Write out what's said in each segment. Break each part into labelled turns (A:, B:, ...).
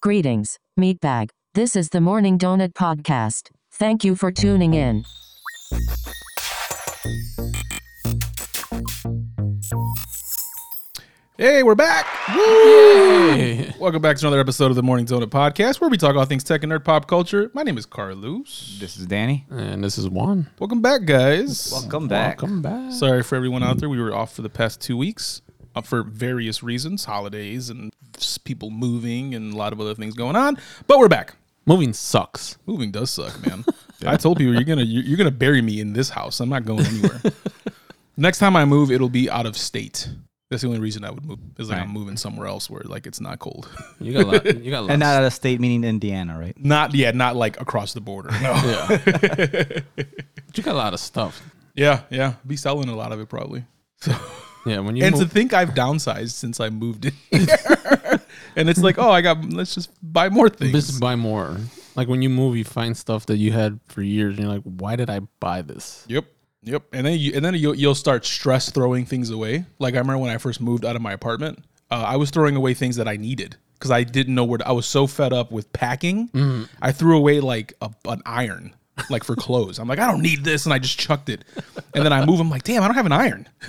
A: Greetings, Meatbag. This is the Morning Donut Podcast. Thank you for tuning in.
B: Hey, we're back. Woo! Welcome back to another episode of the Morning Donut Podcast, where we talk all things tech and nerd pop culture. My name is Carlos.
C: This is Danny.
D: And this is Juan.
B: Welcome back, guys.
C: Welcome back.
D: Welcome back.
B: Sorry for everyone out there. We were off for the past two weeks uh, for various reasons, holidays and s- people moving and a lot of other things going on. But we're back.
D: Moving sucks.
B: Moving does suck, man. I told people you're gonna you're, you're gonna bury me in this house. I'm not going anywhere. Next time I move, it'll be out of state. That's the only reason I would move is like I'm
C: Right.
B: moving somewhere else where like it's not cold.
D: You got a lot. You got a lot.
C: And not out of state, meaning Indiana, right?
B: Not yeah, not like across the border. No.
D: you got a lot of stuff.
B: Yeah, yeah. Be selling a lot of it probably.
D: Yeah, when you
B: and
D: move,
B: to think I've downsized since I moved in. here. and it's like, oh, I got let's just buy more things.
D: just buy more. Like when you move, you find stuff that you had for years, and you're like, "Why did I buy this?"
B: yep. Yep. And then you and then you'll, you'll start stress throwing things away. Like I remember when I first moved out of my apartment, uh, I was throwing away things that I needed because I didn't know where to, I was so fed up with packing. I threw away like a, an iron. Like for clothes, I'm like, I don't need this, and I just chucked it. And then I move, I'm like, damn, I don't have an iron.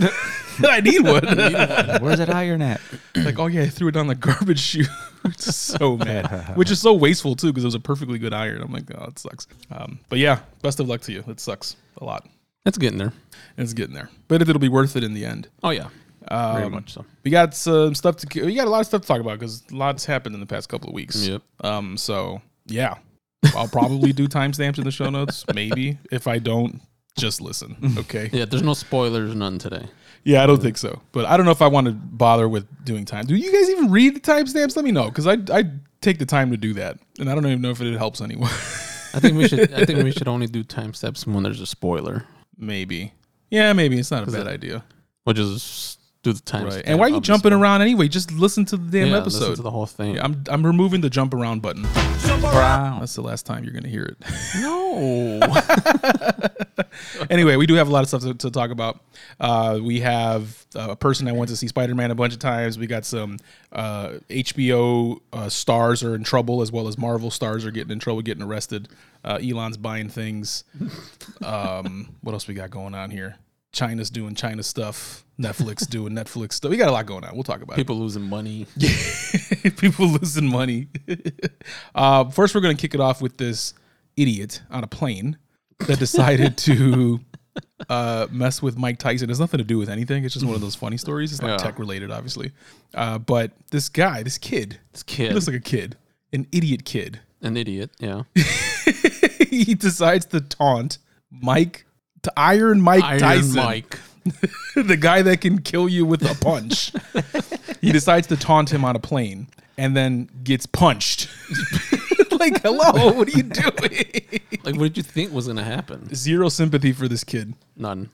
B: I need one.
C: Where's that iron at?
B: like, oh yeah, I threw it on the garbage chute. It's so mad, which is so wasteful too, because it was a perfectly good iron. I'm like, oh, it sucks. Um, but yeah, best of luck to you. It sucks a lot.
D: That's getting there.
B: It's getting there, but it'll be worth it in the end.
D: Oh yeah,
B: Um,
D: very much so.
B: We got some stuff to. We got a lot of stuff to talk about because lots happened in the past couple of weeks.
D: Yep.
B: Um. So yeah, I'll probably do timestamps in the show notes. Maybe if I don't, just listen. Okay.
D: Yeah, there's no spoilers, none today.
B: Yeah, I don't think so. But I don't know if I want to bother with doing time. Do you guys even read the timestamps? Let me know because I I take the time to do that, and I don't even know if it helps anyone.
D: I think we should. I think we should only do time steps when there's a spoiler,
B: maybe. Yeah, maybe it's not a bad idea.
D: which is do the time.
B: Right.
D: step
B: And why are you
D: of the
B: jumping
D: spoiler.
B: around anyway? Just listen to the damn
D: Yeah, listen
B: episode.
D: to the whole thing.
B: I'm I'm removing the jump around button.
C: Brown.
B: That's the last time you're gonna hear it.
D: no.
B: anyway, we do have a lot of stuff to, to talk about. Uh, we have uh, a person that went to see Spider Man a bunch of times. We got some uh, HBO uh, stars are in trouble, as well as Marvel stars are getting in trouble, getting arrested. Uh, Elon's buying things. Um, what else we got going on here? China's doing China stuff. Netflix doing Netflix stuff. We got a lot going on. We'll talk about it.
D: People losing money.
B: people losing money. uh, first, we're going to kick it off with this idiot on a plane that decided to uh, mess with Mike Tyson. It has nothing to do with anything. It's just one of those funny stories. It's not
D: Yeah.
B: tech related, obviously. Uh, but this guy, this kid,
D: This
B: he
D: kid,
B: looks like a kid, an idiot kid.
D: an idiot. Yeah.
B: he decides to taunt Mike, to Iron Mike
D: Iron
B: Tyson.
D: Mike.
B: the guy that can kill you with a punch. he decides to taunt him on a plane and then gets punched. like, hello, what are you doing?
D: Like, what did you think was gonna happen?
B: Zero sympathy for this kid.
D: None.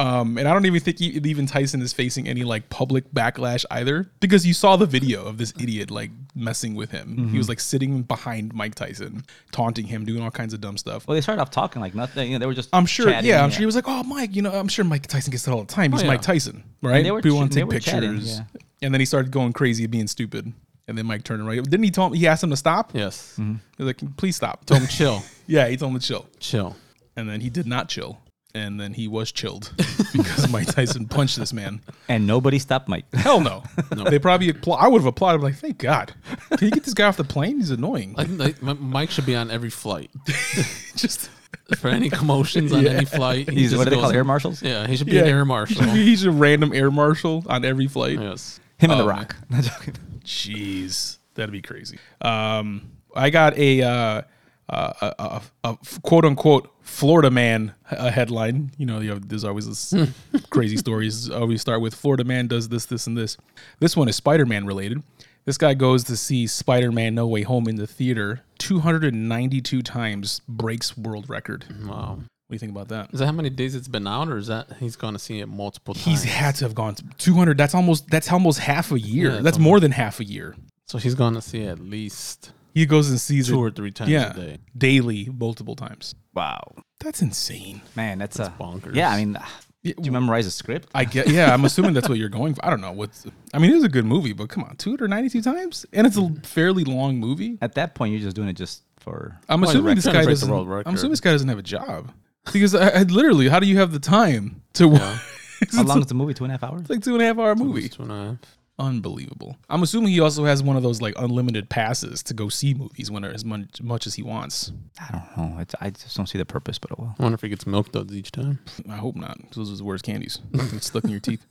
B: Um, and I don't even think he, even Tyson is facing any like public backlash either because you saw the video of this idiot like messing with him. He was like sitting behind Mike Tyson, taunting him, doing all kinds of dumb stuff.
C: Well, they started off talking like nothing. You know, they were just.
B: I'm sure,
C: chatting,
B: yeah, I'm sure he was like, "Oh, Mike, you know, I'm sure Mike Tyson gets that all the time. He's
D: yeah.
B: Mike Tyson, right?
C: they were
B: People
C: ch-
B: want to
C: they
B: take
C: were chatting,
B: pictures."
C: yeah.
B: And then he started going crazy, being stupid. And then Mike turned around. Didn't he tell him? He asked him to stop.
D: Yes.
B: He was like, "Please stop."
D: Don't chill.
B: yeah, he told him to chill.
D: Chill.
B: And then he did not chill. And then he was chilled because Mike Tyson punched this man.
C: and nobody stopped Mike.
B: Hell no. They probably appla- I would have applauded. Like, thank God. Can you get this guy off the plane? He's annoying.
D: Like, like Mi- Mike should be on every flight
B: just
D: for any commotions on any flight. he
C: He's
D: just
C: what do they call
D: goes-
C: air marshals?
D: Yeah, he should be an air marshal.
B: He's a random air marshal on every flight.
D: yes.
C: Him and
B: Oh,
C: the Rock. Not joking.
B: Jeez, that'd be crazy. Um, I got a uh, uh, a, a, a quote unquote Florida man uh headline. You know, you have, there's always this
D: Hmm.
B: crazy stories. Always start with Florida man does this, this, and this. This one is Spider Man related. This guy goes to see Spider Man No Way Home in the theater 292 times, breaks world record. What
D: Wow.
B: do you think about that?
D: Is that how many days it's been out, or is that he's going to see it multiple
B: He's
D: times?
B: had to have gone to 200. That's almost that's almost half a year.
D: Yeah, it's
B: that's more than half a year.
D: so he's going to see it at least
B: He goes and sees it
D: two or three times
B: yeah,
D: a day.
B: daily, multiple times.
C: Wow.
B: That's insane.
C: Man, that's, a.
D: bonkers.
C: Yeah, I mean,
B: Yeah,
C: Do you memorize a script?
B: I get. Yeah, I'm assuming that's what you're going for. I don't know what's. I mean, it is a good movie, but come on, two hundred ninety-two times, and it's a fairly long movie.
C: At that point, you're just doing it just for.
B: I'm
D: Well,
B: assuming this
D: you're
B: guy
D: trying to break the
B: doesn't.
D: world record.
B: I'm assuming this guy doesn't have a job because I, I literally, how do you have the time to watch?
C: How long is the movie? Two and a half hours.
B: It's like two and a half hour movie.
D: Just wanna-
B: Unbelievable. I'm assuming he also has one of those like unlimited passes to go see movies when as much, much as he wants.
C: I don't know. It's, I just don't see the purpose, but oh well.
D: I wonder if he gets milk duds each time.
B: I hope not. 'cause Those are the worst candies. It's stuck in your teeth.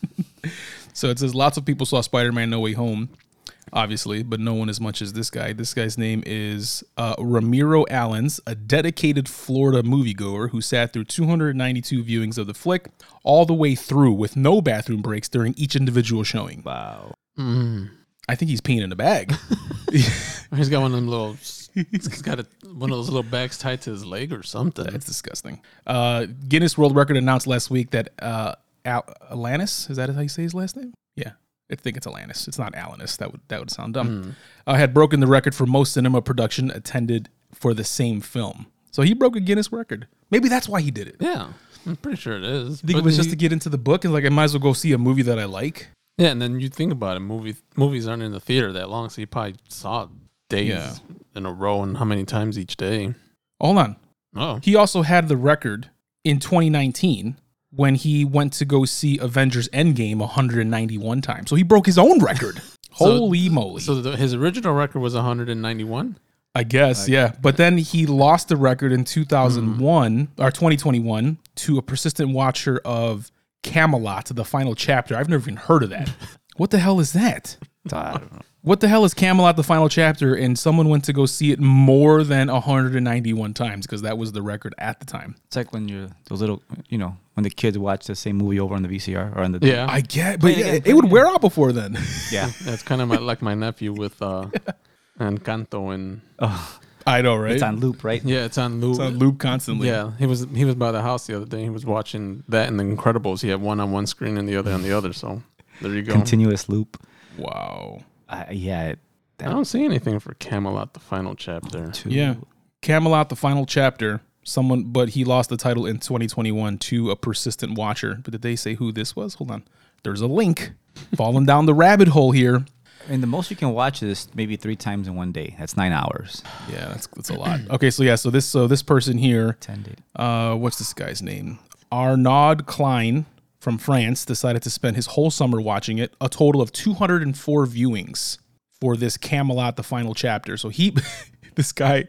B: so it says lots of people saw Spider Man No Way Home, obviously, but no one as much as this guy. This guy's name is uh, Ramiro Allens, a dedicated Florida moviegoer who sat through 292 viewings of the flick all the way through with no bathroom breaks during each individual showing.
C: Wow.
B: I think he's peeing in a bag.
D: He's got one of them little. He's got a, one of those little bags tied to his leg or something.
B: That's disgusting. Uh, Guinness World Record announced last week that uh, Al- Alanis is that how you say his last name? Yeah, I think it's Alanis. It's not Alanis. That would that would sound dumb. Uh, had broken the record for most cinema production attended for the same film. So he broke a Guinness record. Maybe that's why he did it.
D: yeah, I'm pretty sure it is.
B: I think it
D: But
B: was just
D: he-
B: to get into the book and like I might as well go see a movie that I like.
D: yeah, and then you think about it. Movie movies aren't in the theater that long, so you probably saw days
B: Yeah.
D: in a row and how many times each day.
B: Hold on.
D: Oh,
B: He also had the record in 2019 when he went to go see Avengers Endgame 191 times. So he broke his own record.
D: So-
B: Holy moly.
D: so the, his original record was 191.
B: I guess, yeah. But then he lost the record in
C: Mm-hmm.
B: 2001 or 2021 to a persistent watcher of Camelot, the final chapter. I've never even heard of that. what the hell is that?
C: I don't know.
B: What the hell is Camelot, the final chapter? And someone went to go see it more than 191 times because that was the record at the time.
C: It's like when you're those little, you know, when the kids watch the same movie over on the VCR or on the
D: Yeah,
B: I get, but
C: it
B: yeah,
C: again,
B: it,
C: play it
B: would
C: again.
B: wear out before then.
C: yeah.
D: that's kind of my, like my nephew with uh, Encanto and
B: I know, right?
C: Oh, It's on loop, right?
D: yeah, it's on loop.
B: It's on loop constantly.
D: Yeah, he was he was by the house the other day. He was watching that and The Incredibles. He had one on one screen and the other on the other. So there you go.
C: Continuous loop.
B: Wow.
C: Uh, yeah. It,
D: I don't see anything for Camelot, the final chapter.
C: too.
B: Yeah. Camelot, the final chapter. Someone, but he lost the title in 2021 to a persistent watcher. But did they say who this was? Hold on. There's a link. Falling down the rabbit hole here.
C: And the most you can watch is maybe three times in one day. That's nine hours.
B: Yeah, that's that's a lot. Okay, so yeah, so this so this person here,
C: Ten days.
B: uh, what's this guy's name? Arnaud Klein from France decided to spend his whole summer watching it. A total of 204 viewings for this Camelot, the final chapter. So he, this guy,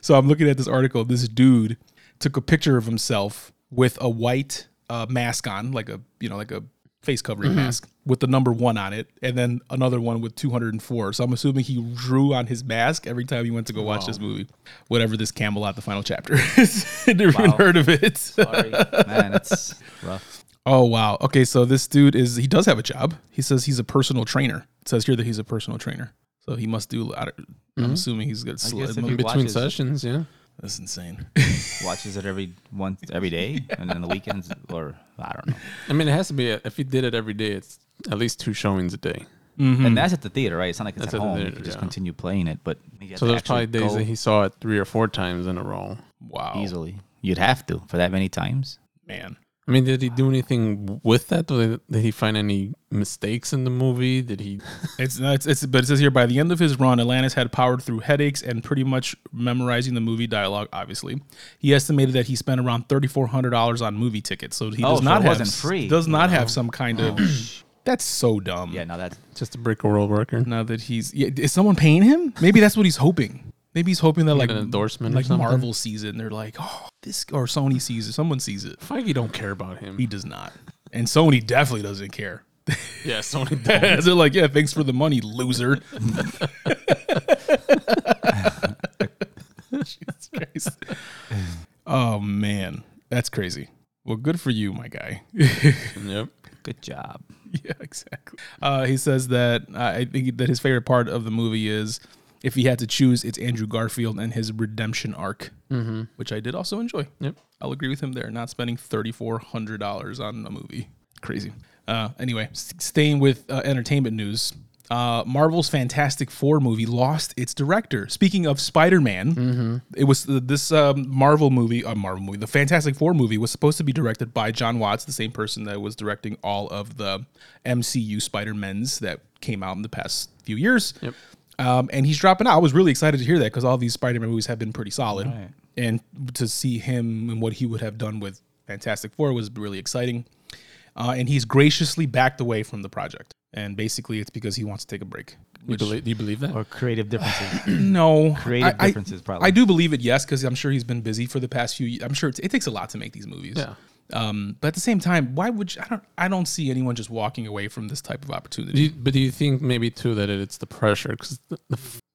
B: so I'm looking at this article. This dude took a picture of himself with a white uh, mask on, like a you know like a face covering
C: Mm-hmm.
B: mask with the number one on it, and then another one with 204. So I'm assuming he drew on his mask every time he went to go watch this movie, whatever this Camelot, the final chapter. is. I Never even
C: Wow.
B: heard of it.
C: Sorry. Man, it's rough.
B: Oh wow. Okay, so this dude is he does have a job. He says he's a personal trainer. It says here that he's a personal trainer. So he must do a lot of, I'm assuming he's good.
C: Mm-hmm. guess if
B: sli-
C: he
D: In between
C: watches-
D: sessions, yeah.
B: That's insane.
C: Watches it every once every day and then the weekends or I don't know.
D: I mean, it has to be if you did it every day, it's at least two showings a day.
C: And that's at the theater, right? It's not like it's
D: Mm-hmm. That's
C: at
D: at the
C: home. you
D: theater,
C: can just
D: yeah.
C: continue playing it, but you have
D: So
C: to
D: there's probably
C: actually
D: days
C: go
D: that he oh. saw it three or four times in a row.
B: Wow.
C: easily. You'd have to for that many times.
B: Man.
D: I mean, did he do anything with that? Did did he find any mistakes in the movie? Did he?
B: It's, no, it's it's but it says here by the end of his run, Atlantis had powered through headaches and pretty much memorizing the movie dialogue. Obviously, he estimated that he spent around thirty four hundred dollars on movie tickets. So he
C: Oh,
B: does
C: so
B: not
C: it
B: have
C: wasn't free. Oh.
B: Does not have some kind of. That's so dumb.
C: Yeah, no, that's
D: Just to break a world record.
B: Now that he's yeah, is someone paying him? Maybe that's what he's hoping. Maybe he's hoping that like
D: an endorsement or
B: like
D: something?
B: Marvel sees it and they're like, oh, this or Sony sees it. Someone sees it.
D: Feige don't care about him.
B: He does not, and Sony definitely doesn't care.
D: yeah, Sony.
B: they're like, yeah, thanks for the money, loser. Jesus Christ. Oh man, that's crazy. Well, good for you, my guy.
D: Yep.
C: good job.
B: yeah, exactly. Uh, he says that uh, I think that his favorite part of the movie is if he had to choose, it's Andrew Garfield and his redemption arc, mm-hmm. which I did also enjoy.
D: Yep.
B: I'll agree with him there. Not spending thirty four hundred dollars on a movie, crazy. Uh, anyway, s- staying with uh, entertainment news, uh, Marvel's Fantastic Four movie lost its director. Speaking of Spider Man, it was uh, this um, Marvel movie, uh, Marvel movie, the Fantastic Four movie was supposed to be directed by John Watts, the same person that was directing all of the MCU Spider Men's that came out in the past few years. Yep. Um, and he's dropping out. I was really excited to hear that because all these Spider Man movies have been pretty solid. And to see him and what he would have done with Fantastic Four was really exciting uh, and he's graciously backed away from the project. And basically, it's because he wants to take a break.
D: You believe, do you believe that?
C: Or creative differences.
B: No,
C: Creative
B: I,
C: differences,
B: I,
C: probably.
B: I do believe it, yes, because I'm sure he's been busy for the past few. ye- I'm sure it, it takes a lot to make these movies.
D: Yeah.
B: Um, but at the same time, why would you, I don't? I don't see anyone just walking away from this type of
D: Do
B: opportunity.
D: you, but do you think maybe too that it, it's the pressure? Because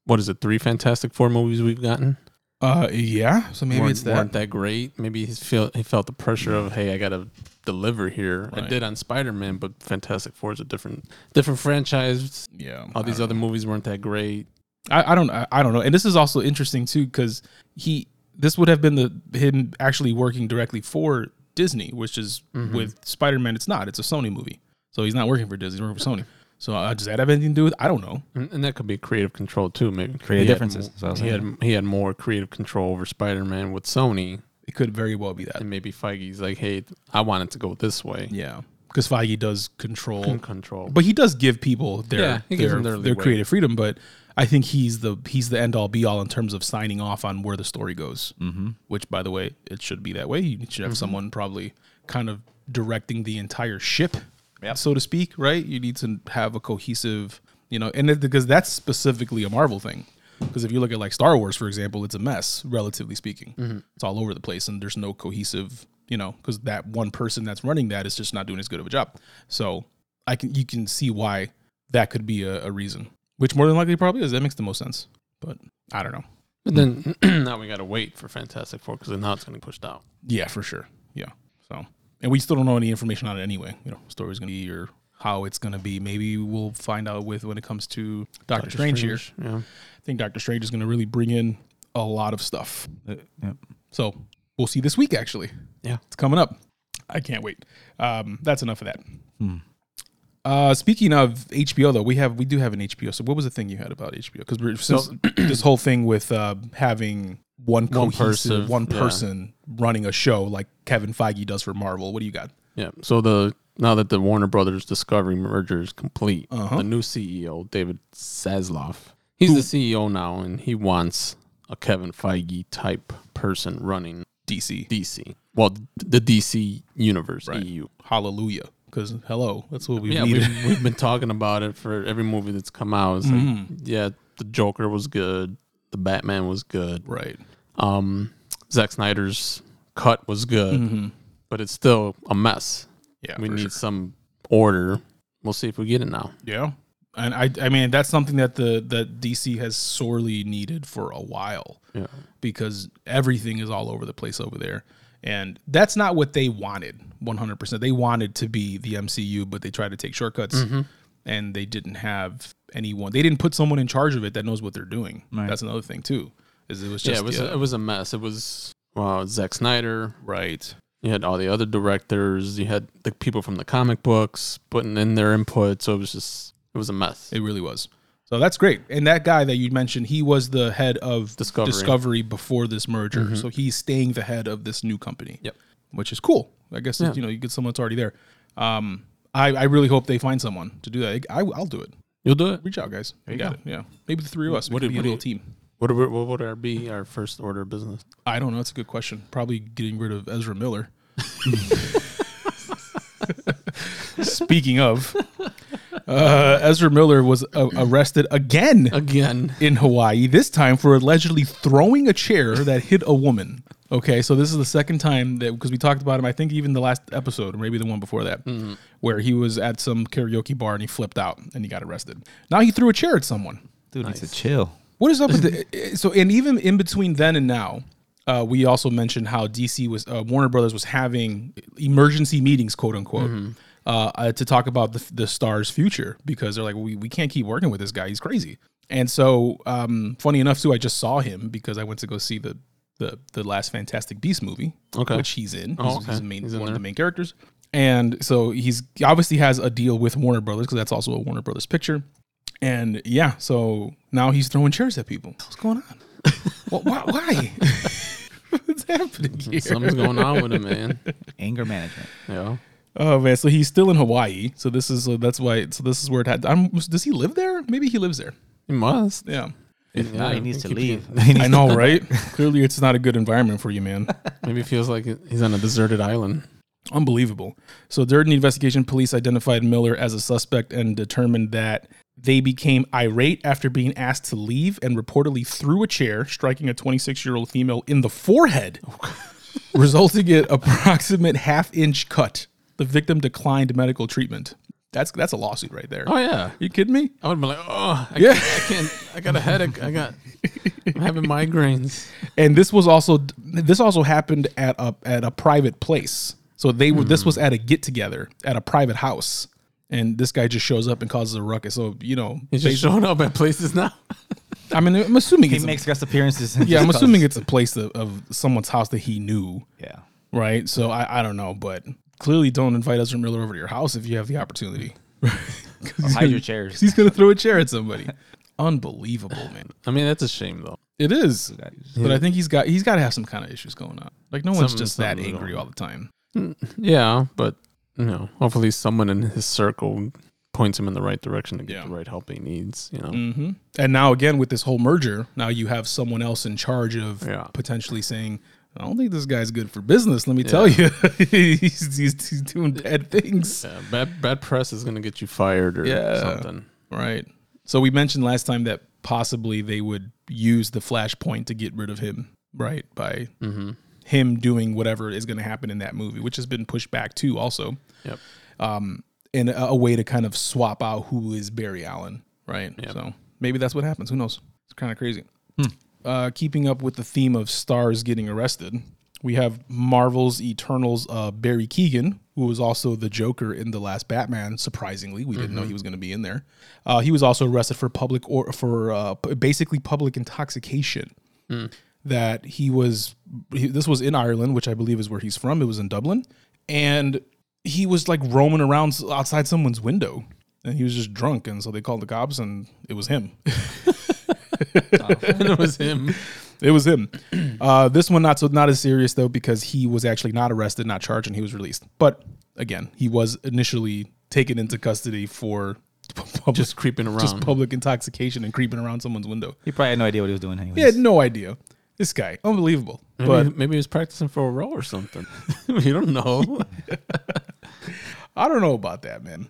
D: what is it? Three Fantastic Four movies we've gotten
B: Uh, yeah. So maybe
D: weren't,
B: it's that.
D: weren't that great. Maybe he felt he felt the pressure of hey, I gotta deliver here. I
B: Right.
D: did on Spider Man, but Fantastic Four is a different different franchise.
B: Yeah.
D: All these other movies weren't that great.
B: I, I don't I, I don't know. And this is also interesting too because he this would have been the him actually working directly for Disney, which is with Spider Man. It's not. It's a Sony movie, so he's not working for Disney. He's working for Sony. So uh, does that have anything to do with? I don't know.
D: And, and that could be creative control too. Maybe
C: Creative
D: He had
C: differences,
D: mo-
C: that's what I was
D: he had he had more creative control over Spider Man with Sony,
B: It could very well be that.
D: and maybe Feige's like, hey, I want it to go this way.
B: Yeah, because Feige does control,
D: Control.
B: but he does give people their
D: Yeah, he
B: their,
D: gives them their
B: their
D: leeway.
B: creative freedom. But I think he's the he's the end all be all in terms of signing off on where the story goes. Mm-hmm. Which, by the way, it should be that way. You should
D: Mm-hmm.
B: have someone probably kind of directing the entire ship,
C: Yep.
B: so to speak. Right? You need to have a cohesive, you know, and it, because that's specifically a Marvel thing. Because if you look at like Star Wars, for example, it's a mess, relatively speaking.
D: Mm-hmm.
B: It's all over the place, and there's no cohesive, you know, because that one person that's running that is just not doing as good of a job. So I can you can see why that could be a, a reason, which more than likely probably is. That makes the most sense, but I don't know.
D: But then now we gotta wait for Fantastic Four because now it's gonna be pushed out.
B: Yeah, for sure. Yeah. So, and we still don't know any information on it anyway. You know, story's gonna be or how it's gonna be. Maybe we'll find out with when it comes to Doctor, Strange, here.
D: Yeah.
B: I think Doctor Strange is gonna really bring in a lot of stuff.
C: Uh, yep.
B: So we'll see this week. Actually,
D: Yeah.
B: it's coming up. I can't wait. Um, that's enough of that.
D: Hmm.
B: Uh, speaking of HBO, though, we have we do have an HBO. So what was the thing you had about HBO? Because we're since this whole thing with uh, having one cohesive,
D: person,
B: one
D: yeah.
B: person running a show like Kevin Feige does for Marvel. What do you got?
D: Yeah. So the now that the Warner Brothers Discovery merger is complete, the new CEO David Zasloff, he's the CEO now, and he wants a Kevin Feige type person running
B: DC.
D: DC. Well, the DC universe EU.
B: Hallelujah. Because hello, that's what we
D: Yeah,
B: needed.
D: we've, we've been talking about it for every movie that's come out. It's like, yeah, the Joker was good, the Batman was good,
B: right.
D: um, Zack Snyder's cut was good, but it's still a mess.
B: Yeah.
D: we
B: for
D: need
B: sure.
D: some order. We'll see if we get it now.
B: Yeah. And I I mean that's something that the that DC has sorely needed for a while.
D: Yeah.
B: Because everything is all over the place over there. And that's not what they wanted 100%. They wanted to be the MCU, but they tried to take shortcuts
D: Mm-hmm.
B: and they didn't have anyone. They didn't put someone in charge of it that knows what they're doing.
C: Right.
B: That's another thing too. Is it was
D: yeah,
B: just
D: it was
B: yeah,
D: A, it was a mess. It was well, Zack Snyder.
B: right.
D: You had all the other directors. You had the people from the comic books putting in their input. So it was just it was a mess.
B: It really was. So that's great. And that guy that you mentioned, he was the head of
D: Discovery. Mm-hmm.
B: before this merger. So he's staying the head of this new company.
D: Yep.
B: Which is cool. I guess
D: Yeah.
B: you know you get someone that's already there. Um, I, I really hope they find someone to do that. I, I'll do it.
D: You'll do it.
B: Reach out, guys. we got it. Yeah. Maybe the three of us.
D: What
B: What we
D: do-
B: could be a
D: what do
B: little
D: you-
B: team.
D: What would what would our be our first order of business?
B: I don't know. That's a good question. Probably getting rid of Ezra Miller. Speaking of, uh, Ezra Miller was uh, arrested again.
D: Again,
B: in Hawaii, this time for allegedly throwing a chair that hit a woman. Okay, so this is the second time that because we talked about him, I think even the last episode, or maybe the one before that, where he was at some karaoke bar and he flipped out and he got arrested. Now he threw a chair at someone.
C: Dude needs to chill.
B: What is up with the, eh, so? And even in between then and now, uh, we also mentioned how DC was uh, Warner Brothers was having emergency meetings, quote unquote,
D: Mm-hmm.
B: uh, uh, to talk about the, the star's future because they're like, we we can't keep working with this guy; he's crazy. And so, um, funny enough, too, I just saw him because I went to go see the the, the last Fantastic Beast movie,
D: Okay.
B: which he's in.
D: Oh,
B: he's, he's
D: okay.
B: the main,
D: He's in
B: one of
D: there.
B: the main characters. And so he's he obviously has a deal with Warner Brothers because that's also a Warner Brothers picture And yeah, so now he's throwing chairs at people. What's going on? well, why? why? What's happening here?
D: Something's going on with him, man.
C: Anger management.
D: Yeah.
B: Oh man, so he's still in Hawaii. So this is so that's why. So this is where it had. I'm, does he live there? Maybe he lives there.
D: He must.
B: Yeah,
C: If not,
D: Yeah,
C: he needs to
D: keep
C: leave.
B: I know, right? Clearly, it's not a good environment for you, man.
D: Maybe it feels like he's on a deserted island.
B: Unbelievable. So during the investigation, police identified Miller as a suspect and determined that they became irate after being asked to leave and reportedly threw a chair, striking a 26 year old female in the forehead,
D: Oh,
B: resulting in approximate half inch cut. The victim declined medical treatment. That's that's a lawsuit right there.
D: Oh yeah.
B: You kidding me?
D: I would be like, oh, I,
B: Yeah.
D: can't, I can't. I got a headache. I got. I'm having migraines.
B: And this was also this also happened at a at a private place. So they were this was
C: Hmm.
B: at a get together at a private house, and this guy just shows up and causes a ruckus. So you know,
D: He's just showing up at places now.
B: I mean, I'm assuming
C: He
B: it's
C: makes guest appearances. and
B: yeah,
C: just
B: I'm assuming it's
C: causes-
B: a place of, of someone's house that he knew,
C: Yeah.
B: right? So I, I don't know, but clearly don't invite Ezra Miller over to your house if you have the opportunity. 'Cause he's
C: hide your
B: gonna-
C: chairs.
B: He's gonna throw a chair at somebody. Unbelievable, man.
D: I mean, that's a shame though.
B: It is,
D: Yeah.
B: but I think he's got he's got to have some kind of issues going on. Like no one's
D: Something-
B: just that
D: something
B: angry
D: wrong.
B: all the time.
D: Yeah, but you know, hopefully someone in his circle points him in the right direction to get
B: Yeah.
D: the right help he needs. You know,
B: hmm And now again with this whole merger, now you have someone else in charge of
D: Yeah.
B: potentially saying, "I don't think this guy's good for business." Let me tell you, he's, he's, he's doing bad things.
D: yeah, bad bad press is gonna get you fired or
B: Yeah.
D: something.
B: Right. So we mentioned last time that possibly they would use the flashpoint to get rid of him, right? By
D: Mm-hmm.
B: him doing whatever is going to happen in that movie, which has been pushed back too, also,
D: Yep.
B: and a, a way to kind of swap out who is Barry Allen, right? So maybe that's what happens. Who knows? It's kind of crazy. Uh, keeping up with the theme of stars getting arrested, we have Marvel's Eternals uh, Barry Keegan, who was also the Joker in the last Batman. Surprisingly, we didn't know he was going to be in there. Uh, he was also arrested for public or for uh, p- basically public intoxication. That he was, he, this was in Ireland, which I believe is where he's from. It was in Dublin, and he was like roaming around s- outside someone's window, and he was just drunk, and so they called the cops, and it was him.
D: and it was him.
B: It was him. Uh, this one not so not as serious though because he was actually not arrested, not charged, and he was released. But again, he was initially taken into custody for public,
D: Just um, creeping around.
B: just public intoxication and creeping around someone's window.
C: He probably had no idea what he was doing anyway.
B: He had no idea. This guy, unbelievable.
D: maybe,
B: But
D: maybe he was practicing for a role or something. you don't know.
B: I don't know about that, man.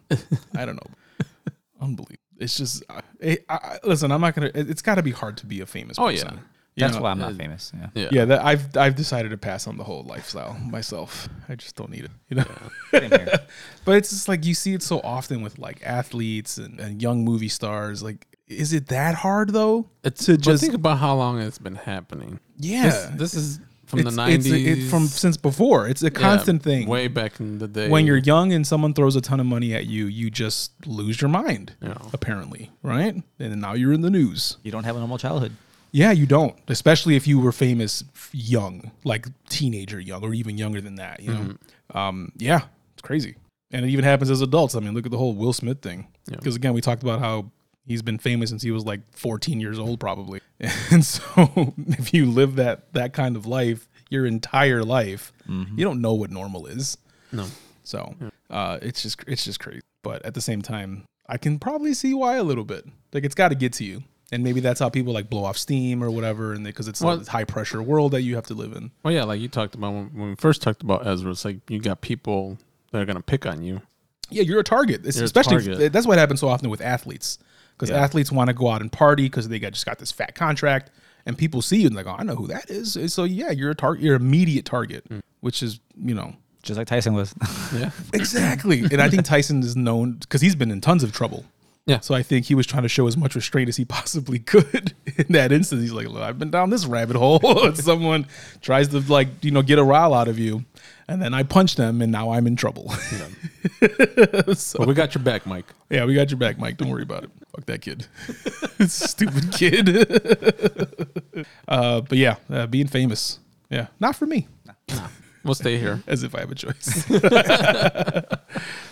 B: I don't know. Unbelievable. It's just I, I, I- listen. I'm not gonna. it- It's got to be hard to be a famous.
D: Oh,
B: person.
D: yeah.
B: You
C: That's
B: know?
C: why I'm not famous. Yeah.
D: yeah.
B: Yeah, that I've I've decided to pass on the whole lifestyle myself. I just don't need it, you know.
C: Same here.
B: But it's just like you see it so often with like athletes and, and young movie stars. Like, is it that hard though?
D: It's,
B: To
D: to
B: just-
D: just think about how long it's been happening.
B: Yeah,
D: This, this is from
B: it's,
D: the
B: it's-
D: nineties.
B: it- from since before. It's a constant thing.
D: Way back in the day.
B: when you're young and someone throws a ton of money at you, you just lose your mind.
D: Yeah.
B: Apparently, right? And then now you're in the news.
C: You don't have a normal childhood.
B: Yeah, you don't, especially if you were famous f- young, like teenager young, or even younger than that. You know,
D: Mm-hmm.
B: um, yeah, it's crazy, and it even happens as adults. I mean, look at the whole Will Smith thing.
D: Yeah.
B: Because again, we talked about how he's been famous since he was like 14 years old, probably. And so, if you live that that kind of life your entire life, you don't know what normal is.
D: Mm-hmm. No.
B: So uh, it's just it's just crazy. But at the same time, I can probably see why a little bit. Like it's got to get to you, and maybe that's how people like blow off steam or whatever, and because it's
D: Well-
B: a high pressure world that you have to live in.
D: Well, yeah, like you talked about when, when we first talked about Ezra, it's like you got people that are gonna pick on you.
B: Yeah, you're a target. It's
D: You're a
B: especially
D: target.
B: that's what happens so often with athletes because
C: Yeah.
B: athletes want to go out and party because they got just got this fat contract, and people see you and like, oh, I know who that is. And so yeah, you're a target. You're an immediate target,
D: Mm.
B: which is you know
C: Just like Tyson was.
D: Yeah.
B: Exactly. and I think Tyson is known because he's been in tons of trouble.
D: Yeah.
B: So I think he was trying to show as much restraint as he possibly could in that instance. He's like, Look, I've been down this rabbit hole. and someone tries to like, you know, get a rile out of you. And then I punch them and now I'm in trouble.
D: But we got your back, Mike.
B: yeah, we got your back, Mike. Don't worry about it. Fuck that kid. Stupid kid. uh, but yeah, uh, being famous. Yeah. Not for me.
D: We'll stay here.
B: as if I have a choice.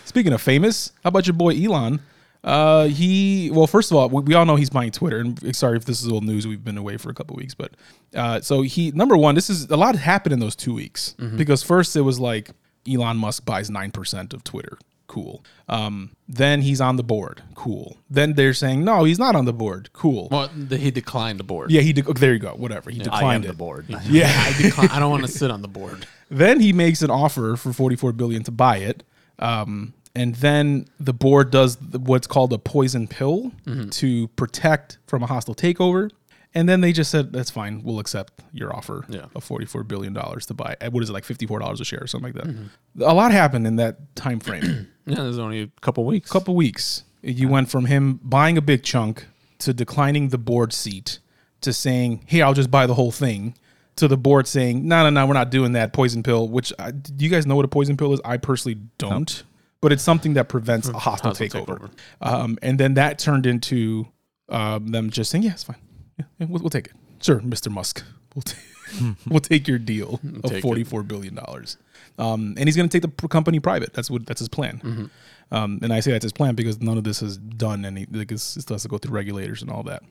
B: Speaking of famous, how about your boy Elon? Uh, he well, first of all, we, we all know he's buying Twitter, and sorry if this is old news. We've been away for a couple weeks, but uh, so he number one, this is a lot happened in those two weeks
C: Mm-hmm.
B: because first it was like Elon Musk buys nine percent of Twitter. Cool. Um, then he's on the board. Cool. Then they're saying no, he's not on the board. Cool.
D: Well, the, he declined the board.
B: yeah, he. De- there you go. Whatever. He
C: I am
B: declined
C: the
B: it.
C: board.
B: Yeah.
D: I, decline, I don't want to sit on the board.
B: Then he makes an offer for 44 billion to buy it. Um, and then the board does th- what's called a poison pill to protect from a hostile takeover. And then they just said, "That's fine. We'll accept your offer
D: Yeah.
B: of forty-four billion dollars to buy." At, what is it like fifty-four dollars a share or something like that? A lot happened in that time frame.
D: Yeah, there's only a couple weeks.
B: couple weeks, you went from him buying a big chunk to declining the board seat to saying, "Hey, I'll just buy the whole thing," to the board saying, "No, no, no, we're not doing that poison pill." Which I, do you guys know what a poison pill is? I personally don't, but it's something that prevents a hostile,
D: Hostile
B: takeover. Um, and then that turned into um, them just saying, "Yeah, it's fine. Yeah, yeah, we'll, we'll take it, sure, Mister Musk. We'll, ta- we'll take your deal of
D: Take it.
B: forty-four billion dollars." Um, and he's going to take the pr- company private. That's what that's his plan. Um, and I say that's his plan because none of this is done. Any like it's, it still has to go through regulators and all that.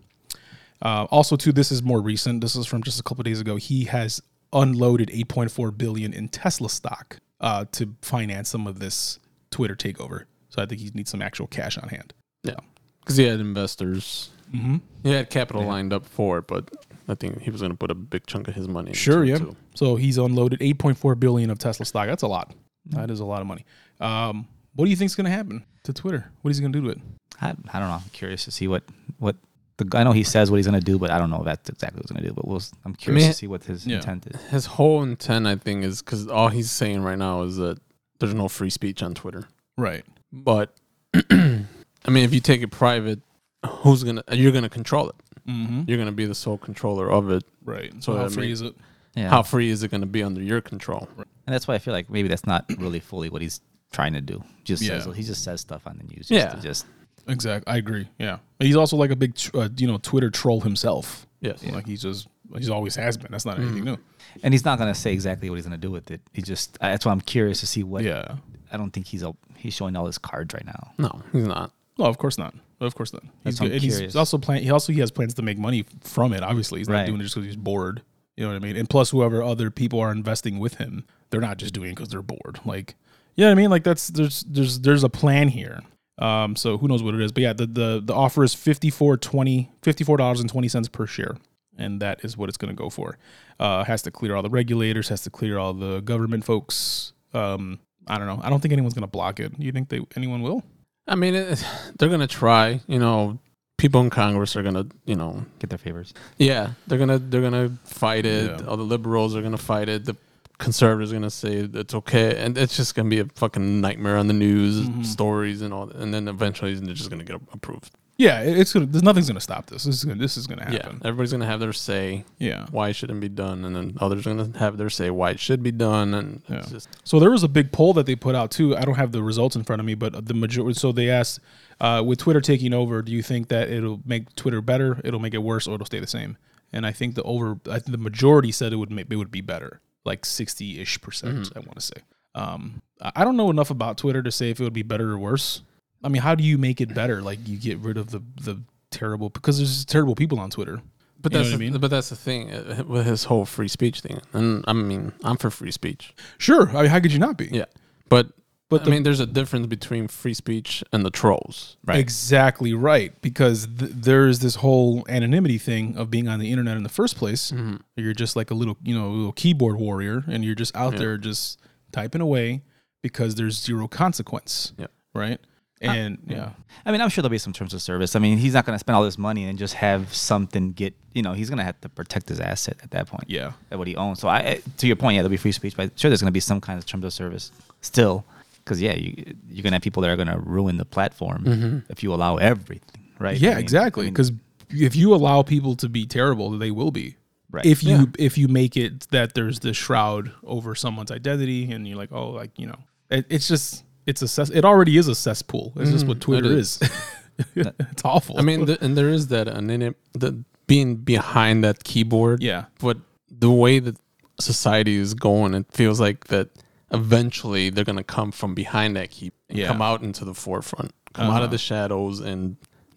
B: Uh, also, too, this is more recent. This is from just a couple days ago. He has unloaded 8.4 billion in Tesla stock uh, to finance some of this Twitter takeover. So I think he needs some actual cash on hand.
D: Yeah, because he had investors. Mm-hmm. He had capital lined up for it, but I think he was going to put a big chunk of his money. into
B: Sure,
D: it,
B: yeah.
D: too.
B: So he's unloaded 8.4 billion of Tesla stock. That's a lot. That is a lot of money. Um, what do you think's going to happen to Twitter? What is he going to do to it?
C: I, I don't know. I'm curious to see what what the I know he says what he's gonna do, but I don't know if that's exactly what he's gonna do. But we'll, s- I'm curious
D: mean,
C: to see what his
B: yeah.
C: intent is.
D: His whole intent, I think, is because all he's saying right now is that there's no free speech on Twitter.
B: Right.
D: But I mean, if you take it private, who's gonna? You're gonna control it.
B: Mm-hmm.
D: You're gonna be the sole controller of it.
B: Right.
D: So
B: So how
D: that
B: free
D: make-
B: is it?
C: Yeah,
D: How free is it gonna be under your control?
C: and that's why I feel like maybe that's not really fully what he's trying to do. Just
B: Yeah.
C: says, he just says stuff on the news. Just
D: Yeah.
C: to just
B: Exactly, I agree. Yeah, he's also like a big, tr- uh, you know, Twitter troll himself.
D: Yes.
B: like he's just he's always has been. That's not anything new.
C: and he's not gonna say exactly what he's gonna do with it. He just I- that's why I'm curious to see what.
B: Yeah,
C: I don't think he's a, he's showing all his cards right now.
D: No, he's not.
B: no, of course not. Of course not. He's,
C: That's why
B: good.
C: I'm
B: and he's
C: curious.
B: also plan. He also he has plans to make money from it. Obviously, he's not
C: Right.
B: doing it just because he's bored. You know what I mean? And plus, whoever other people are investing with him, they're not just doing it because they're bored. Like, you know what I mean? Like that's there's there's there's a plan here. Um, so who knows what it is? But yeah, the the, the offer is fifty four twenty fifty four dollars and twenty cents per share. and that is what it's going to go for. Uh, has to clear all the regulators, has to clear all the government folks. Um, I don't know. I don't think anyone's going to block it. You think they anyone will?
D: I mean, it, they're gonna try. You know, people in Congress are gonna, you know,
C: Get their favors.
D: Yeah, they're gonna they're gonna fight it.
B: Yeah.
D: All the liberals are gonna fight it. The conservatives are gonna say it's okay, and it's just gonna be a fucking nightmare on the news
B: Mm-hmm.
D: stories and all. that. And then eventually, they're just gonna get a- approved.
B: Yeah, it- it's gonna, there's nothing's going to stop this. This is gonna, this is going to
D: Yeah,
B: happen.
D: everybody's gonna have their say.
B: Yeah.
D: Why it shouldn't be done, and then others are gonna have their say why it should be done, and it's
B: Yeah.
D: just
B: So there was a big poll that they put out too. I don't have the results in front of me, but the majority. So they asked, uh, with Twitter taking over, do you think that it'll make Twitter better? It'll make it worse, or it'll stay the same? And I think the over, I think the majority said it would make it would be better, like sixty ish percent. I want to say. Um, I I don't know enough about Twitter to say if it would be better or worse. I mean, how do you make it better? Like you get rid of the the terrible because there's terrible people on Twitter.
D: But
B: You know
D: that's
B: what I
D: the,
B: mean?
D: but that's the thing uh, with his whole free speech thing, and I mean I'm for free speech.
B: Sure, I mean, how could you not be?
D: Yeah, but
B: But
D: but
B: the-
D: I mean there's a difference between free speech and the trolls.
C: Right.
B: Exactly right. Because th- there's this whole anonymity thing of being on the internet in the first place. You're just like a little, you know, a little keyboard warrior and you're just out there just typing away because there's zero consequence.
D: Yeah.
B: Right. And yeah.
C: I mean, I'm sure there'll be some terms of service. I mean, he's not going to spend all this money and just have something get, you know, he's going to have to protect his asset at that point.
B: Yeah.
C: At what he owns. So, I, I- to your point, yeah, there'll be free speech, but I'm sure there's going to be some kind of terms of service still. Because, yeah, you, you're going to have people that are going to ruin the platform if you allow everything, right?
B: Yeah,
C: I mean- I
B: exactly.
C: mean,
B: Because if you allow people to be terrible, they will be.
C: Right.
B: If you if you make it that there's this shroud over someone's identity, and you're like, oh, like you know, it, it's just it's a cess- it already is a cesspool. It's just what Twitter is. it's awful.
D: I mean, th and there is that anonym, the being behind that keyboard.
B: Yeah.
D: But the way that society is going, it feels like that eventually they're gonna come from behind that keep and
B: Yeah. Uh-huh.
D: come out into the forefront, come out of the shadows and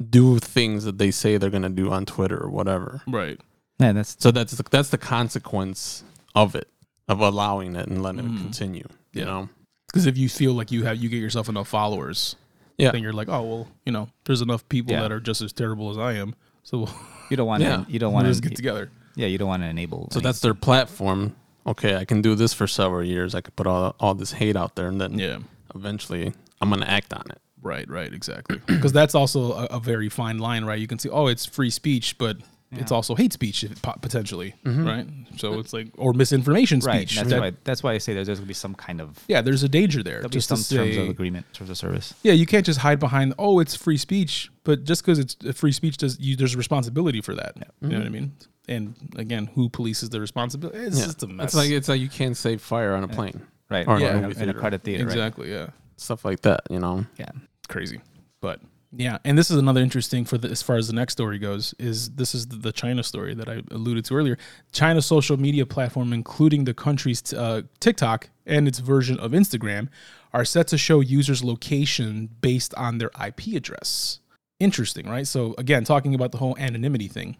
D: do things that they say they're gonna do on Twitter or whatever.
B: Right.
C: Yeah, that's
D: So that's the, that's the consequence of it, of allowing it and letting it
B: Mm-hmm.
D: continue. You know,
B: Because if you feel like you have you get yourself enough followers,
D: yeah,
B: then you're like, oh well, you know, there's enough people
C: Yeah.
B: that are just as terrible as I am, so we'll,
C: you don't want to
D: Yeah.
C: you don't
B: we'll
C: want
B: just get
C: to
B: together.
C: yeah you don't want to enable.
D: So
C: any-
D: that's their platform. Okay, I can do this for several years. I could put all all this hate out there, and then
B: Yeah.
D: eventually I'm gonna act on it.
B: Right. Right. Exactly. Because that's also a, a very fine line, right? You can see, oh, it's free speech, but it's also hate speech if- po- potentially, right? So it's like or misinformation
C: Mm-hmm. right.
B: speach.
C: That's
B: that-
C: why that's why I say there's, there's gonna be some kind of
B: Yeah, there's a danger there.
C: there'll be
B: Just to
C: some terms of
B: say-
C: agreement, terms of service.
B: Yeah, you can't just hide behind oh it's free speech, but just because it's uh, free speech does you there's responsibility for that. You know what I
C: Mm-hmm.
B: mean? And again, who polices the responsibility? It's
D: Yeah.
B: just a mess.
D: It's like it's like you can't say fire on a plane,
C: Right.
D: Or in a
C: yeah. In a,
D: movie
C: in a
D: theater.
C: crowded theater. Right.
B: exactly, yeah,
D: stuff like that. You know,
C: Yeah.
B: crazy. But yeah, and this is another interesting for the, as far as the next story goes is this is the, the China story that I alluded to earlier. China's social media platform, including the country's uh, TikTok and its version of Instagram, are set to show users location based on their IP address. Interesting, right? So again, talking about the whole anonymity thing.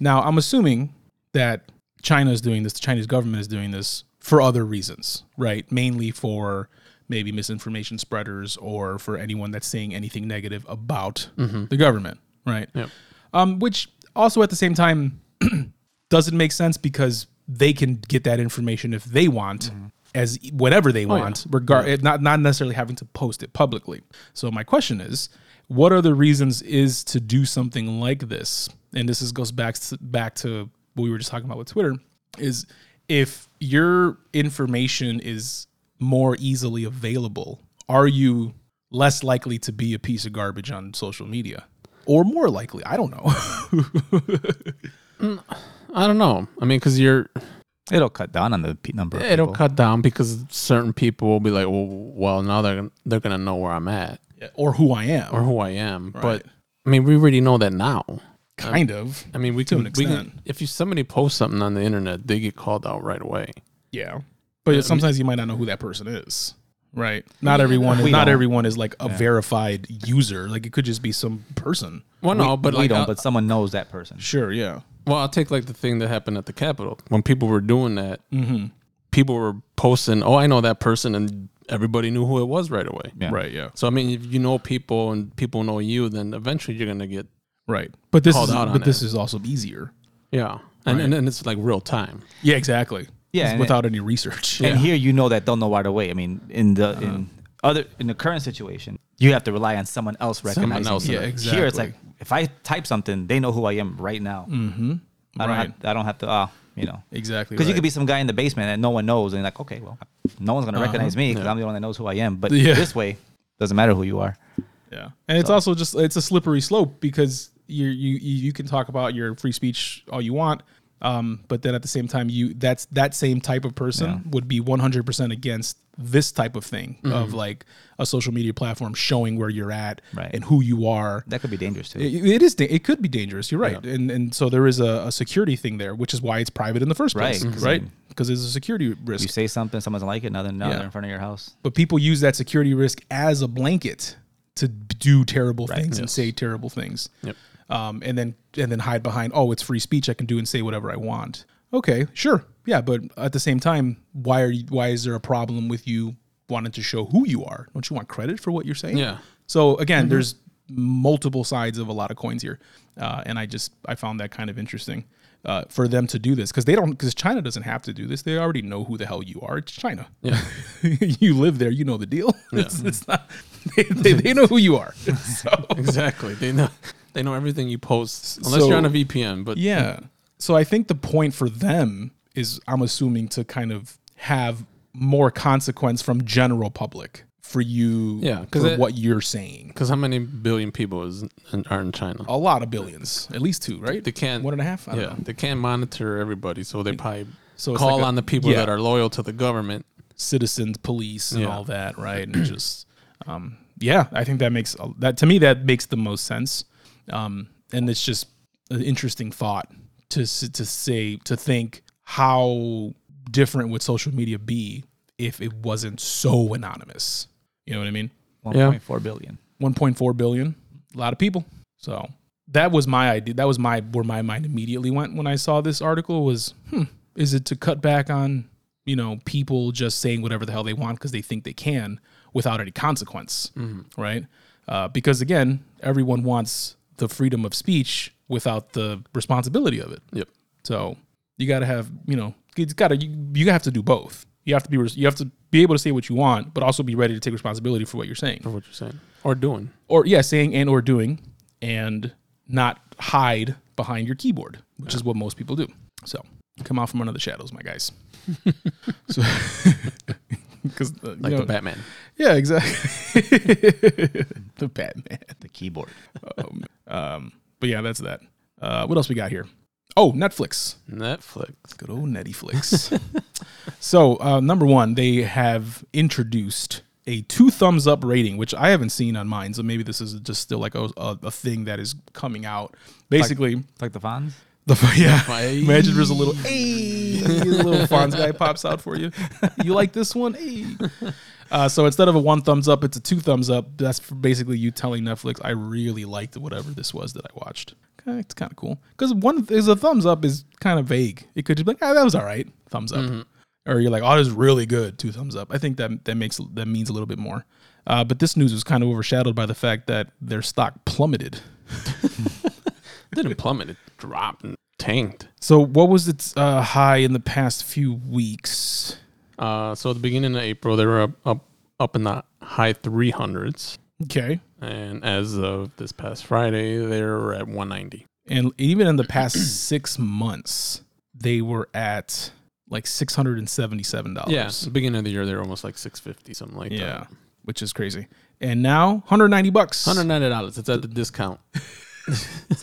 B: Now, I'm assuming that China is doing this, the Chinese government is doing this for other reasons, right? Mainly for maybe misinformation spreaders or for anyone that's saying anything negative about the government, right?
D: Yep.
B: Um, which also at the same time doesn't make sense because they can get that information if they want. As e, whatever they want, regard not not necessarily having to post it publicly. So my question is, what are the reasons is to do something like this? And this is goes back to, back to what we were just talking about with Twitter. Is if your information is more easily available, are you less likely to be a piece of garbage on social media, or more likely? I don't know.
D: I don't know. I mean, because you're
C: It'll cut down on the pe- number. Of
D: it'll
C: people.
D: cut down because certain people will be like, well, well now they're gonna- they're gonna know where I'm at
B: or who I am,
D: or who I am.
B: Right.
D: But I mean, we already know that now.
B: kind of.
D: I mean, we
B: To
D: can,
B: an
D: we
B: extent.
D: can if you somebody posts something on the internet, they get called out right away.
B: Yeah, but sometimes you might not know who that person is. Right. Not everyone.
C: We
B: Not
C: don't.
B: everyone is like a verified user. Like it could just be some person.
D: Well, no, but
C: we
D: like uh,
C: don't.
D: I'll-
C: but someone knows that person.
B: Sure. Yeah.
D: Well, I'll take like the thing that happened at the Capitol when people were doing that.
C: Mm-hmm.
D: People were posting, "Oh, I know that person," and everybody knew who it was right away.
C: Yeah.
B: Right. Yeah.
D: So I mean, if you know people and people know you, then eventually you're gonna get
B: Right. But this
D: Called
B: is.
D: out on
B: But this
D: it.
B: is also easier.
D: yeah, and and, and it's like real time.
B: Yeah. Exactly.
C: Yeah,
B: It's
C: and-
B: Without any research.
C: And here you know that they'll know right away. I mean, in the in other in the current situation, you have to rely on someone else
D: Someone
C: recognizing.
D: else.
C: you.
D: Yeah,
C: Here it's like
B: exactly.
C: if I type something, they know who I am right now. Mm-hmm. I don't
B: Right. E-,
C: have, I don't have to. Uh, you know.
B: Exactly.
C: Because you
B: right.
C: could be some guy in the basement that no one knows, and you're like, okay, well, no one's gonna recognize me because I'm the one that knows who I am. But
B: Yeah.
C: this way, doesn't matter who you are.
B: Yeah, and it's also just it's a slippery slope because you you you can talk about your free speech all you want, um, but then at the same time you that's that same type of person would be one hundred percent against this type of thing of like a social media platform showing where you're at
C: Mm-hmm. Right.
B: and who you are.
C: That could be dangerous too.
B: It, it is da- it could be dangerous. You're right, and and so there is a, a security thing there, which is why it's private in the first
C: Right, Mm-hmm.
B: place,
C: 'cause
B: right? Because there's a security risk
C: you say something, someone doesn't like it, now they're, now
B: Yeah.
C: they're in front of your house.
B: but people use that security risk as a blanket to do terrible things and say terrible things um, and then and then hide behind oh it's free speech i can do and say whatever i want okay sure yeah but at the same time why are you why is there a problem with you wanting to show who you are don't you want credit for what you're saying
D: Yeah. Mm-hmm.
B: so again there's multiple sides of a lot of coins here uh, and i just i found that kind of interesting uh, for them to do this because they don't because china doesn't have to do this they already know who the hell you are it's china
D: Yeah.
B: you live there, you know the deal. It's, it's not, they, they, they know who you are. So,
D: exactly. They know they know everything you post unless
B: So-
D: you're on a VPN. But
B: yeah. So I think the point for them is, I'm assuming, to kind of have more consequence from general public for you,
D: Yeah, 'cause
B: for
D: it-
B: what you're saying.
D: because how many billion people is in, are in China?
B: A lot of billions, at least two, right?
D: They can't.
B: One and a half? I don't
D: yeah,
B: know. Mm.
D: they can't monitor everybody, so they probably
B: So it's
D: call
B: like a-
D: on the people
B: yeah.
D: that are loyal to the government.
B: citizens, police, and
D: Yeah.
B: all that, right? And just, um, yeah, I think that makes that to me that makes the most sense. Um, and it's just an interesting thought to s- to say to think how different would social media be if it wasn't so anonymous. You know what I mean?
D: Yeah.
C: 1.4 billion.
B: 1.4 billion, a lot of people. So that was my idea. That was my where my mind immediately went when I saw this article was, hmm, is it to cut back on you know people just saying whatever the hell they want because they think they can without any consequence, right? Uh, because again, everyone wants the freedom of speech without the responsibility of it.
D: Yep.
B: So you got to have, you know, it's got to you, you have to do both. You have to be res- you have to be able to say what you want, but also be ready to take responsibility for what you're saying
D: Or what you're saying. Or doing.
B: or yeah, saying and or doing, and not hide behind your keyboard, which is what most people do. So come out from under the shadows, my guys. so, because
D: Like the Batman.
B: yeah, exactly. the Batman. Um,
C: The keyboard.
B: But yeah, that's that. Uh, what else we got here? Oh, Netflix.
D: Netflix.
B: Good old Netflix. so, uh, number one, they have introduced a two thumbs up rating, which I haven't seen on mine. So maybe this is just still like a, a, a thing that is coming out. Basically,
C: Like the Fonz?
B: the yeah. Imagine there's a little hey, a little Fonz guy pops out for you. You like this one? Hey. Uh, so instead of a one thumbs up, it's a two thumbs up. That's for basically you telling Netflix, I really liked whatever this was that I watched. Okay, it's kind of cool because one is a thumbs up is kind of vague. It could just be like, ah, that was all right, thumbs up, or you're like, oh, this is really good, two thumbs up. I think that that makes that means a little bit more. Uh, but this news was kind of overshadowed by the fact that their stock plummeted.
D: didn't plummet. It dropped and tanked.
B: So what was its uh, high in the past few weeks?
D: Uh, so at the beginning of April, they were up, up, up in the high 300s.
B: Okay.
D: And as of this past Friday, they were at 190.
B: And even in the past six months, they were at like six hundred and seventy-seven dollars.
D: Yeah, the beginning of the year, they were almost like 650, something like that.
B: Yeah. Which is crazy. And now, hundred ninety bucks
D: Hundred ninety dollars. It's at the discount.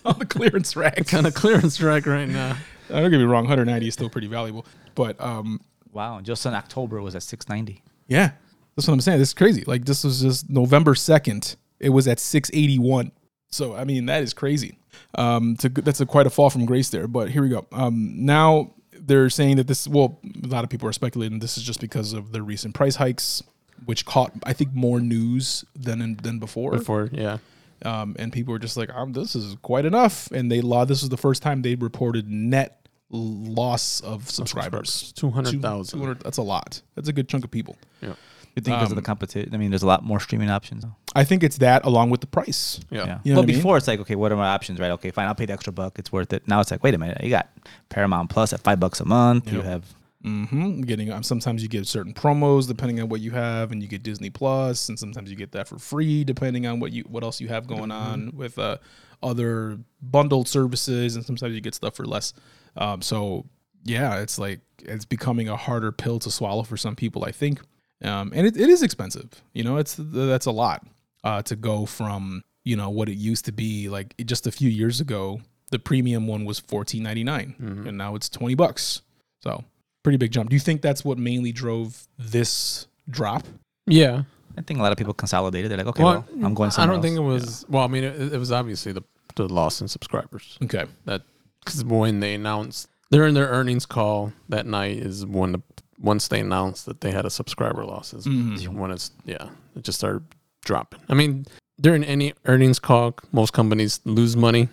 B: on the clearance rack.
D: On a clearance rack right now.
B: I don't get me wrong, hundred ninety is still pretty valuable, but um,
C: Wow. and Just in October it was at 690.
B: yeah, that's what I'm saying. This is crazy. Like this was just November second. It was at six eighty-one. So I mean, that is crazy. Um, to, that's a quite a fall from grace there. But here we go. Um, now they're saying that this. Well, a lot of people are speculating this is just because of the recent price hikes, which caught I think more news than than before.
D: Before, yeah.
B: Um, and people were just like, um, "This is quite enough," and they law. This was the first time they reported net loss of subscribers.
D: Two hundred thousand.
B: 200 that's a lot. That's a good chunk of people.
D: Yeah.
C: You think because of the competition? I mean, there's a lot more streaming options.
B: I think it's that along with the price.
D: Yeah.
C: Yeah.
B: You know
C: but
B: what I mean?
C: before it's like, okay, what are my options, right? Okay, fine, I'll pay the extra buck. It's worth it. Now it's like, wait a minute, you got Paramount Plus at five bucks a month. You have
B: hmm Getting um, sometimes you get certain promos depending on what you have, and you get Disney Plus, and sometimes you get that for free depending on what you what else you have going on with uh, other bundled services, and sometimes you get stuff for less. Um, so yeah, it's like it's becoming a harder pill to swallow for some people, I think, um, and it, it is expensive. You know, it's that's a lot uh, to go from you know what it used to be like just a few years ago. The premium one was fourteen and now it's twenty bucks. So pretty big jump. Do you think that's what mainly drove this drop?
D: Yeah.
C: I think a lot of people consolidated. They're like, okay, well, I'm going
D: I
C: somewhere.
D: don't think it
C: else.
D: was. Well, I mean, it, it was obviously the the loss in subscribers.
B: Okay.
D: That because when they announced they're in their earnings call that night is when the once they announced that they had a subscriber loss is
B: Mm-hmm.
D: when it's yeah it just started dropping. I mean, during any earnings call, most companies lose money,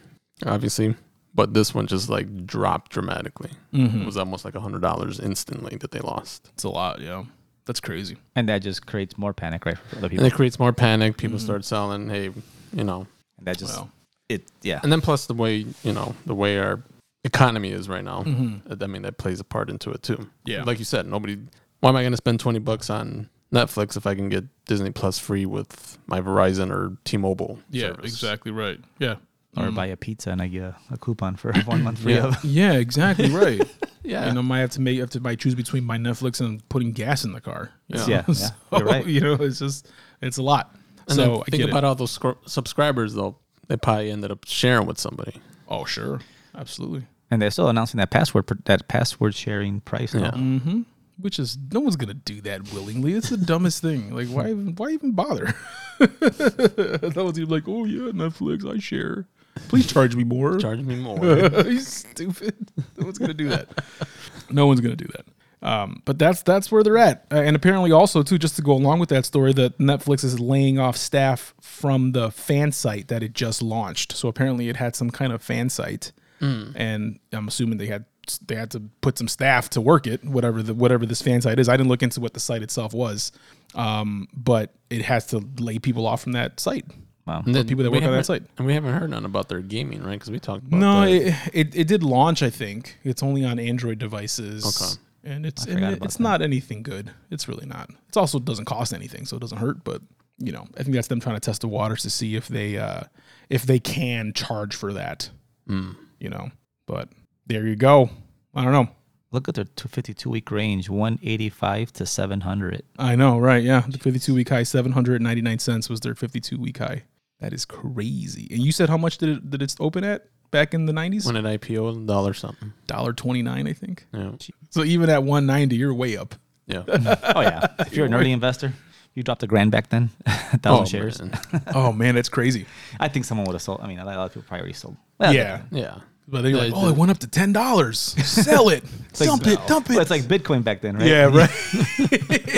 D: obviously, but this one just like dropped dramatically.
B: Hmm.
D: It was almost like a hundred dollars instantly that they lost,
B: It's a lot, yeah. That's crazy.
C: and that just creates more panic, right, for other people.
D: and it creates more panic. People start selling. Hey, you know,
C: And that just
B: Wow.
C: it, yeah.
D: and then plus the way you know the way our economy is right now i mean that plays a part into it too
B: Yeah.
D: like you said nobody why am i going to spend 20 bucks on netflix if i can get disney plus free with my verizon or t-mobile service?
B: right. Yeah.
C: or buy a pizza and I get a, a coupon for one month free of.
B: Yeah, exactly right.
D: yeah
B: You know, might have to make have to might choose between my Netflix and putting gas in the car.
D: Yeah.
C: Yeah, yeah,
B: so,
C: you're right.
B: you know, it's just it's a lot.
D: and then
B: so I
D: think
B: get
D: about
B: it.
D: all those scr- subscribers though they probably ended up sharing with somebody
B: Oh, sure. Absolutely.
C: And they're still announcing that password pr- that password sharing price. now.
D: Yeah.
B: Which is no one's gonna do that willingly. It's the dumbest thing. Like why even why even bother? that was even like, oh yeah, Netflix, I share. Please charge me more.
D: charge me more
B: He's stupid. No one's gonna do that. No one's gonna do that. Um, but that's that's where they're at, uh, and apparently also too, just to go along with that story, that Netflix is laying off staff from the fan site that it just launched. So apparently, it had some kind of fan site, and I'm assuming they had they had to put some staff to work it, whatever the whatever this fan site is. I didn't look into what the site itself was, um, but it has to lay people off from that site.
C: Wow.
D: And then
B: people that
D: we
B: work on that
D: haven't-
B: site.
D: And we haven't heard none about their gaming, right? Because we talked about
C: uh,
B: No,
D: that.
B: it, it it did launch. I think it's only on Android devices.
D: Okay.
B: and it's
C: forgot
B: and it-
C: about
B: it's
C: that.
B: not anything good. It's really not. It also doesn't cost anything, so it doesn't hurt. But you know, I think that's them trying to test the waters to see if they uh if they can charge for that.
D: mm,
B: You know, but there you go. I don't know.
C: Look at their 252 week range, 185 to 700.
B: I know, right? Yeah, the fifty-two week high, seven hundred and ninety-nine cents was their fifty-two week high. That is crazy. And you said how much did it did it open at back in the nineties?
D: when it IPO, dollar something.
B: Dollar twenty-nine, I think.
D: Yeah.
B: So even at one ninety, you're way up.
D: Yeah.
C: Oh yeah. if you're a nerdy investor, you dropped a grand back then, a thousand shares.
D: man.
B: Oh man, that's crazy.
C: I think someone would have sold. I mean, a lot of people probably already sold. Well,
B: Yeah.
D: Yeah.
B: But they're like,
D: Yeah,
B: oh, it went up to ten dollars. Sell it. dump it. Dump it.
C: Well, it's like Bitcoin back then, right?
B: yeah, right.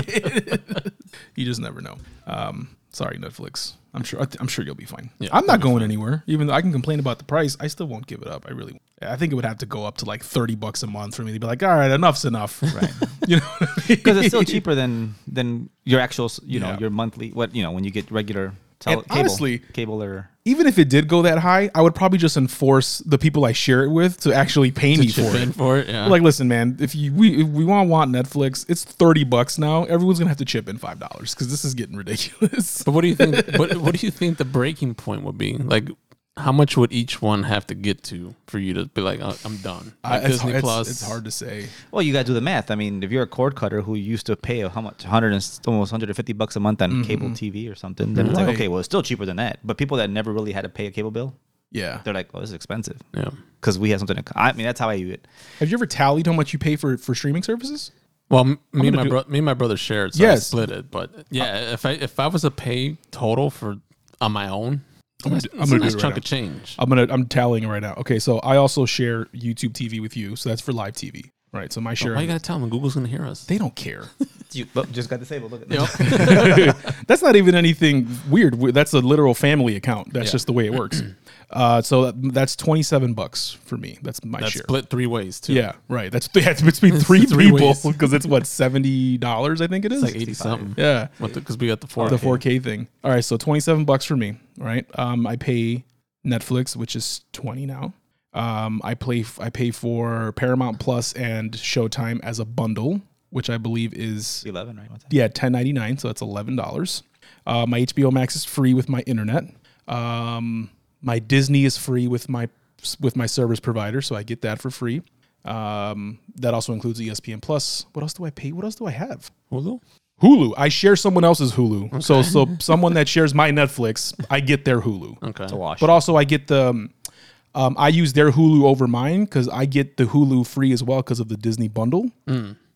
B: you just never know. Um, sorry, Netflix. I'm sure. I'm sure you'll be fine.
D: Yeah,
B: I'm not going anywhere. Even though I can complain about the price, I still won't give it up. I really. won't. I think it would have to go up to like thirty bucks a month for me to be like, all right, enough's enough. Right. you know. what I mean?
C: Because it's still cheaper than than your actual, s- you know,
B: Yeah.
C: your monthly. What you know when you get regular tele-
B: And
C: cable,
B: honestly-
C: cable or
B: Even if it did go that high, I would probably just enforce the people I share it with to actually pay me
D: Chip
B: for it.
D: in for it. Yeah.
B: Like, listen, man. If you we if we want want Netflix, it's thirty bucks now. Everyone's gonna have to chip in five dollars because this is getting ridiculous.
D: But what do you think? what What do you think the breaking point would be? Like, how much would each one have to get to for you to be like, "Oh, I'm done?
B: I-
D: Like
B: it's, hard- it's- It's, hard to say.
C: Well, you got to do the math. I mean, if you're a cord cutter who used to pay how much, 100 and almost 150 bucks a month on cable TV or something, then it's like,
B: Mm-hmm. Right.
C: okay, well, it's still cheaper than that. But people that never really had to pay a cable bill,
B: Yeah.
C: they're like, oh, this is expensive
D: Yeah.
C: because we have something. To, co- I mean, that's how I view it.
B: Have you ever tallied how much you pay for for streaming services?
D: Well, m- me and my
B: do-
D: bro- me and my brother shared, so
B: Yes. Uh,
D: I split it. But yeah, if I if I was to pay total for on my own,
B: I'm gonna do- I'm
D: it's Oh,
B: gonna
D: a
B: do
D: nice
B: it right
D: chunk
B: now.
D: of change.
B: I'm gonna I'm tallying right now. Okay, so I also share YouTube TV with you, so that's for live TV, right? So my share,
D: Oh, Why you gotta tell them? Google's gonna hear us.
B: they don't care.
C: You look, just got disabled. Look at
D: Yep.
B: that's not even anything weird. We- That's a literal family account. That's just the way it works. Uh, so that- that's twenty seven bucks for me. That's my
D: That's
B: share.
D: split three ways too.
B: Yeah, right. That's yeah, it's between three,
D: Three
B: people
D: ways.
B: because it's what seventy dollars I think it is.
D: like eighty something.
B: yeah,
D: because we got the four.
B: the four K thing. All right, so twenty seven bucks for me. All right, um, I pay Netflix, which is twenty now. Um, I play I pay for Paramount Plus and Showtime as a bundle, which I believe is
C: 11, right? What's that?
B: yeah ten ninety nine. So that's eleven dollars. Uh, my HBO Max is free with my internet. Um, my Disney is free with my with my service provider, so I get that for free. Um, that also includes ESPN Plus. What else do I pay? What else do I have?
D: Hulu.
B: Hulu. I share someone else's Hulu. So so someone that shares my Netflix, I get their Hulu.
D: Okay.
C: It's a wash.
B: But also I get the um, um, I use their Hulu over mine because I get the Hulu free as well because of the Disney bundle.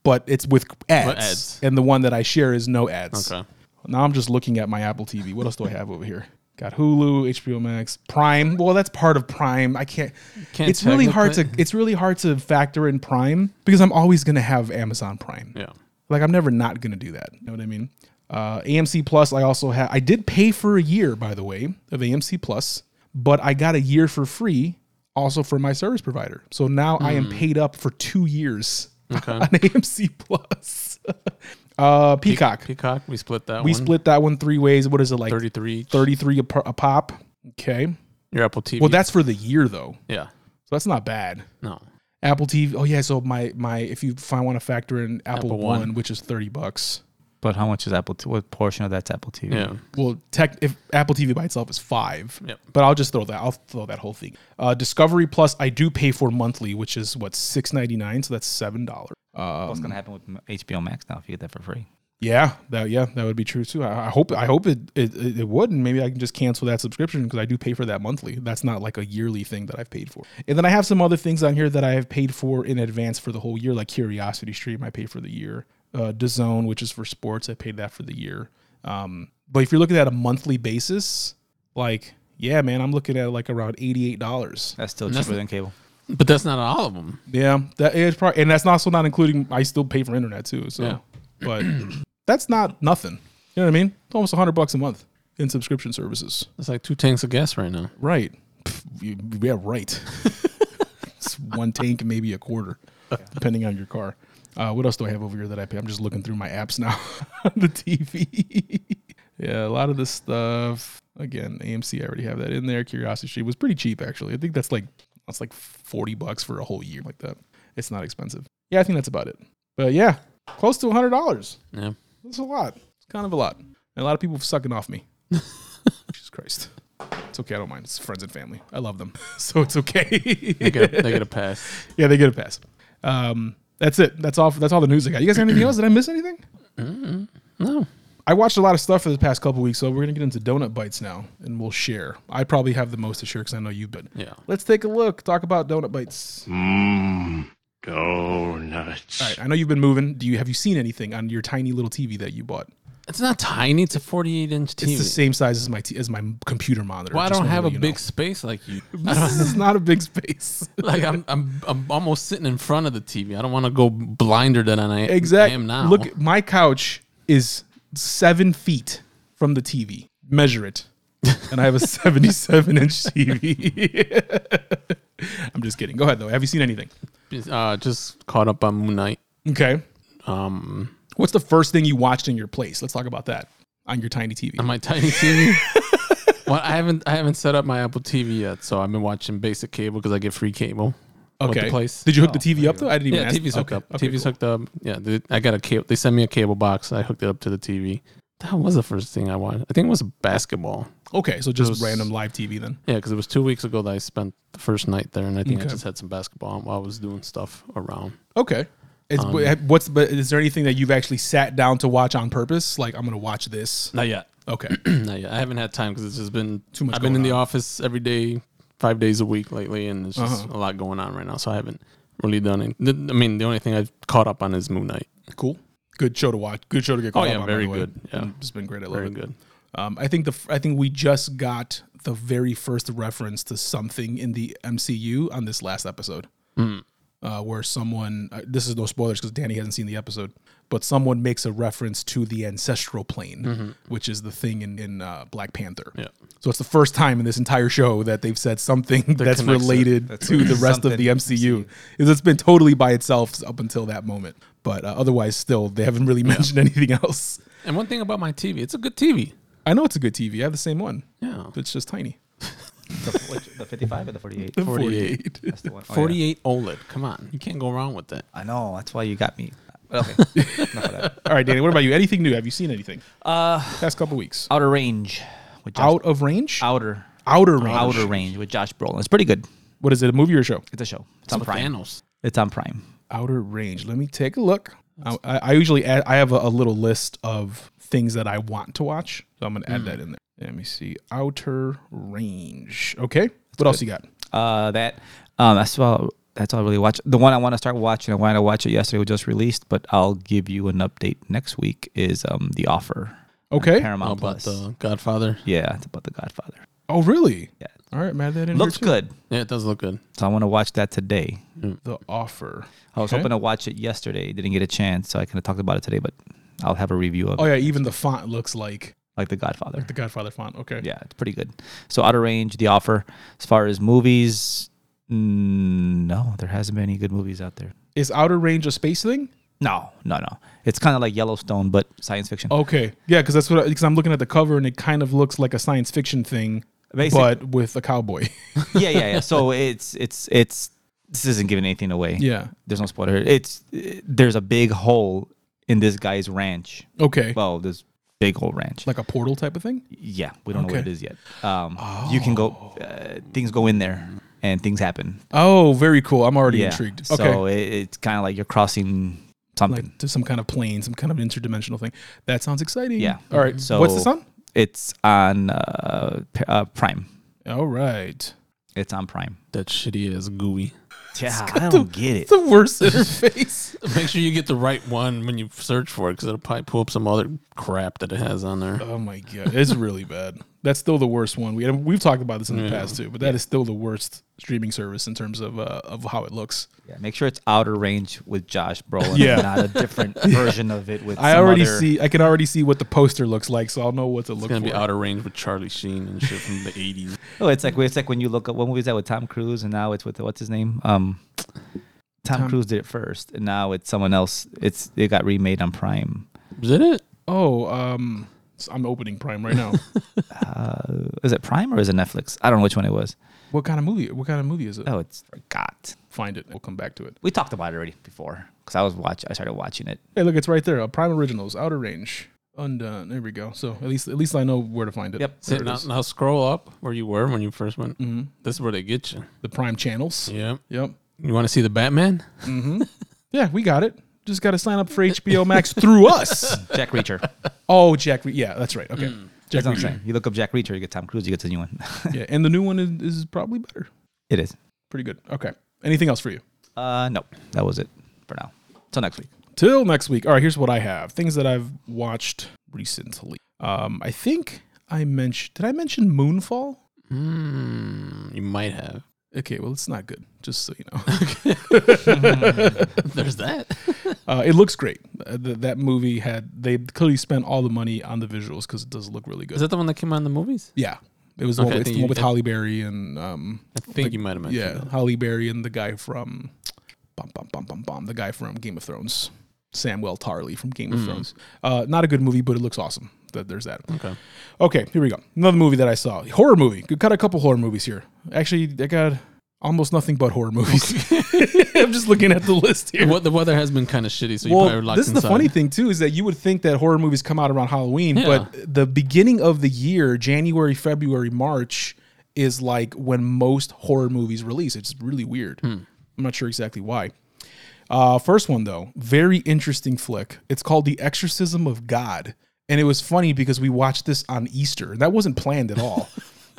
B: But it's with ads,
D: Mm. ads.
B: and the one that I share is no ads.
D: Okay.
B: Now I'm just looking at my Apple TV. What else do I have over here? Got Hulu, HBO Max, Prime. Well, that's part of Prime. I can't.
D: Can't
B: it's really hard to.
D: technically-
B: It's really hard to factor in Prime because I'm always going to have Amazon Prime.
D: Yeah.
B: Like I'm never not gonna do that. You know what I mean? Uh, AMC Plus. I also have. I did pay for a year, by the way, of AMC Plus, but I got a year for free, also for my service provider. So now I am paid up for two years on AMC Plus. uh, Peacock.
D: Peacock. We split that.
B: we
D: one.
B: split that one three ways. What is it like?
D: thirty-three. each.
B: 33 a, per- a pop. Okay.
D: Your Apple TV.
B: Well, that's for the year though,
D: yeah.
B: so that's not bad.
D: No.
B: Apple TV. Oh yeah. So my my if you if I want to factor in Apple,
D: Apple
B: One,
D: One.
B: which is thirty bucks.
C: But how much is Apple? T- what portion of that's Apple TV?
B: Hmm.
D: Yeah.
B: well tech if apple tv by itself is five
D: Yep.
B: but i'll just throw that i'll throw that whole thing uh discovery plus i do pay for monthly which is what 6.99 so that's seven dollars
C: What's gonna happen with M- HBO Max now if you get that for free?
B: yeah that yeah that would be true too i, I hope i hope it it, it it would and maybe i can just cancel that subscription because i do pay for that monthly that's not like a yearly thing that i've paid for and then i have some other things on here that i have paid for in advance for the whole year like curiosity stream i pay for the year uh DAZN, which is for sports i paid that for the year um but if you're looking at a monthly basis like yeah man i'm looking at like around $88
C: That's still
D: Nothing.
C: cheaper than cable.
D: But that's not all of them.
B: Yeah, that is probably, and that's also not including I still pay for internet too. So,
D: Yeah.
B: but that's not nothing. You know what I mean? It's almost hundred bucks a month in subscription services.
D: It's like two tanks of gas right now.
B: Right? Pff, you- Yeah, right. it's one tank, maybe a quarter, depending on your car. Uh, what else do I have over here that I pay? I'm just looking through my apps now on the TV. yeah, a lot of this stuff. Again, AMC, I already have that in there. Curiosity Street was pretty cheap actually. I think that's like that's like forty bucks for a whole year like that. It's not expensive. Yeah, I think that's about it. But yeah, close to hundred dollars.
D: Yeah.
B: That's a lot. It's kind of a lot. And a lot of people sucking off me. Jesus Christ. It's okay. I don't mind. It's friends and family. I love them. So it's okay.
D: They get a, they get a pass.
B: yeah, they get a pass. Um, that's it. That's all. That's all the news I got. You guys got anything else? Did I miss anything?
D: No.
B: I watched a lot of stuff for the past couple weeks, so we're gonna get into donut bites now, and we'll share. I probably have the most to share because I know you, but
D: Yeah.
B: let's take a look. Talk about donut bites.
E: Mmm, donuts.
B: All right. I know you've been moving. Do you have you seen anything on your tiny little TV that you bought?
D: It's not tiny. It's a 48 inch TV.
B: It's the same size as my t- as my computer monitor.
D: well, I
B: just
D: don't
B: wanna
D: have a
B: let you know.
D: big space like you. I
B: This
D: don't,
B: is not a big space.
D: like I'm, I'm, I'm almost sitting in front of the TV. I don't want to go blinder than I
B: Exactly.
D: am now.
B: Look, my couch is seven feet from the TV. Measure it, and I have a seventy-seven inch TV. I'm just kidding. Go ahead though. Have you seen anything?
D: uh, just caught up on Moon Knight.
B: Okay.
D: Um,
B: What's the first thing you watched in your place? Let's talk about that on your tiny TV.
D: on my tiny TV. well, I haven't I haven't set up my Apple TV yet, so I've been watching basic cable because I get free cable. with
B: okay.
D: the place. Oh,
B: Did you hook the TV up though? I didn't even.
D: yeah,
B: ask.
D: TV's hooked
B: okay.
D: up.
B: Okay,
D: TV's
B: cool.
D: hooked up. Yeah, they, I got a cable. They sent me a cable box. I hooked it up to the TV. That was the first thing I watched. I think it was basketball.
B: Okay, so just
D: Those-
B: random live TV then.
D: Yeah, because it was two weeks ago that I spent the first night there, and I think
B: Okay.
D: I just had some basketball while I was doing stuff around.
B: Okay. It's,
D: Um,
B: what's but is there anything that you've actually sat down to watch on purpose? Like I'm gonna watch this.
D: Not yet.
B: Okay.
D: Not yet. I haven't had time because it's just been
B: Too much
D: I've been in
B: going
D: the
B: on.
D: office every day, five days a week lately, and there's just
B: Uh-huh.
D: a lot going on right now. So I haven't really done it. I mean, the only thing I've caught up on is Moon Knight.
B: Cool. Good show to watch. Good show to get
D: Oh,
B: caught
D: yeah,
B: up on. by
D: very
B: the way.
D: good. Yeah.
B: it's been great. I love
D: Very
B: it.
D: good.
B: Um, I think the f- I think we just got the very first reference to something in the MCU on this last episode,
D: Mm.
B: uh, where someone uh, this is no spoilers because Danny hasn't seen the episode, but someone makes a reference to the ancestral plane, which is the thing in in uh, Black Panther.
D: Yeah.
B: So it's the first time in this entire show that they've said something that's
D: connects it.
B: related to the rest of the MCU. Is it's been totally by itself up until that moment, but uh, otherwise, still they haven't really mentioned anything else.
D: And one thing about my TV, it's a good TV.
B: I know it's a good TV. I have the same one.
D: Yeah.
B: It's just tiny.
C: The, which- the 55 or the 48?
B: 48.
C: That's the one. Oh, yeah.
D: 48 OLED. Come on. You can't go wrong with that.
C: I know. That's why you got me. Okay. Enough of that.
B: All right, Danny, what about you? Anything new? Have you seen anything?
C: Uh,
B: Past couple weeks.
C: outer range. With Josh,
B: Out of range?
C: outer.
B: Outer range.
C: Outer range with Josh Brolin. It's pretty good.
B: What is it, a movie or a show?
C: It's a show. It's
D: Some
C: on Prime.
D: Thanos.
C: It's on Prime.
B: Outer range. Let me take a look. I, I I usually add, I have a, a little list of things that I want to watch. So I'm going to add that in there. Let me see. Outer range. Okay. what else you got?
C: Uh, that um, that's all. That's all I really watch. The one I want to start watching. I wanted to watch it yesterday. It was just released, but I'll give you an update next week. Is um the offer? on
B: Okay.
C: Paramount
D: How about
C: Plus.
D: the Godfather?
C: yeah, it's about the Godfather.
B: Oh, really?
C: Yeah,
B: All right, man. That in
C: looks
B: here too.
C: good.
D: Yeah, it does look good.
C: So I want to watch that today.
B: The offer.
C: I was
B: Okay.
C: hoping to watch it yesterday. Didn't get a chance, so I could have talked about it today. But I'll have a review of
B: Oh, yeah. Even the font looks like
C: like the Godfather.
B: the Godfather font. Okay.
C: yeah, it's pretty good. So Outer Range, The Offer. As far as movies, mm, no, there hasn't been any good movies out there.
B: Is outer range a space thing?
C: No, no, no. It's kind of like Yellowstone, but science fiction.
B: Okay, yeah, because that's what because I'm looking at the cover and it kind of looks like a science fiction thing,
C: Basic-
B: but with a cowboy.
C: yeah, yeah, yeah. So it's it's it's this isn't giving anything away.
B: yeah.
C: There's no spoiler. It's there's a big hole in this guy's ranch.
B: Okay.
C: Well, this big hole ranch.
B: like a portal type of thing.
C: yeah, we don't know what
B: Okay.
C: it is yet. Um, you can go. Uh, things go in there, and things happen.
B: Oh, very cool. I'm already
C: yeah.
B: intrigued. Okay.
C: So um, it, it's kind of like you're crossing something.
B: like to some kind of plane, some kind of interdimensional thing. That sounds exciting.
C: yeah.
B: All right.
C: So
B: what's this on?
C: It's on uh, P- uh, Prime.
B: All right.
C: It's on Prime.
D: that shitty ass GUI.
C: Yeah, I don't get it.
B: the worst interface.
D: Make sure you get the right one when you search for it, because it'll probably pull up some other crap that it has on there.
B: oh my god, it's really bad. That's still the worst one. We we've talked about this in the past too, but that is still the worst streaming service in terms of uh, of how it looks.
C: Yeah, make sure it's Outer Range with Josh Brolin,
B: Yeah.
C: yeah. not a different version of it with.
B: I
C: some
B: already
C: other-
B: see. I can already see what the poster looks like, so I'll know what to look
D: It's gonna
B: for.
D: be out of range with Charlie Sheen and shit from the '80s.
C: Oh, it's like it's like when you look up what movie is that with Tom Cruise, and now it's with what's his name? Um, Tom, Cruise did it first, and now it's someone else. It's it got remade on Prime.
D: Is that it?
B: Oh, um, so I'm opening Prime right now.
C: Uh, is it Prime or is it Netflix? I don't know which one it was.
B: what kind of movie? What kind of movie is it?
C: Oh, it's forgot.
B: Find it. We'll come back to it.
C: We talked about it already before because I was watch. I started watching it.
B: Hey, look, it's right there. Uh, Prime Originals, Outer Range, Undone. There we go. So at least at least I know where to find it.
C: Yep.
B: There it
D: now,
B: is.
D: now scroll up where you were when you first went. Mm-hmm. This is where they get you.
B: The Prime channels.
D: Yep.
B: Yep. Mm-hmm.
D: You want to see the Batman?
B: Yeah, we got it. Just got to sign up for HBO Max through us.
C: Jack Reacher.
B: Oh, Jack. Re- yeah, that's right. Okay. Jack
C: That's what I'm
B: Reacher.
C: saying. You look up Jack Reacher, you get Tom Cruise, you get the new one.
B: Yeah, and the new one is, is probably better.
C: it is.
B: Pretty good. Okay. Anything else for you?
C: Uh, no, that was it for now. Till next week.
B: Till next week. All right, here's what I have. Things that I've watched recently. Um, I think I mentioned. Did I mention Moonfall?
D: Mm, you might have.
B: Okay, well, it's not good. Just so you know.
D: There's that.
B: Uh, it looks great. Uh, th- that movie had they clearly spent all the money on the visuals because it does look really good.
D: Is that the one that came out in the movies?
B: yeah, it was the one
D: Okay, I
B: with-
D: think
B: the one
D: you-
B: with
D: I-
B: Holly Berry and um,
D: I think you might have mentioned.
B: yeah,
D: that.
B: Holly Berry and the guy from, bum bum bum bum bum, the guy from Game of Thrones, Samuel Tarly from Game of
D: Hmm.
B: Thrones. Uh, not a good movie, but it looks awesome. That there's that.
D: Okay.
B: Okay, here we go. Another movie that I saw. Horror movie. Could cut a couple horror movies here. Actually, I got almost nothing but horror movies. I'm just looking at the list here.
D: What the weather has been kind of shitty, so you probably were
B: Well,
D: locked
B: this is the
D: inside.
B: funny thing too is that you would think that horror movies come out around Halloween,
D: Yeah.
B: but the beginning of the year, January, February, March, is like when most horror movies release. It's really weird.
D: Hmm.
B: I'm not sure exactly why. Uh, first one though, very interesting flick. It's called The Exorcism of God, and it was funny because we watched this on Easter, and that wasn't planned at all.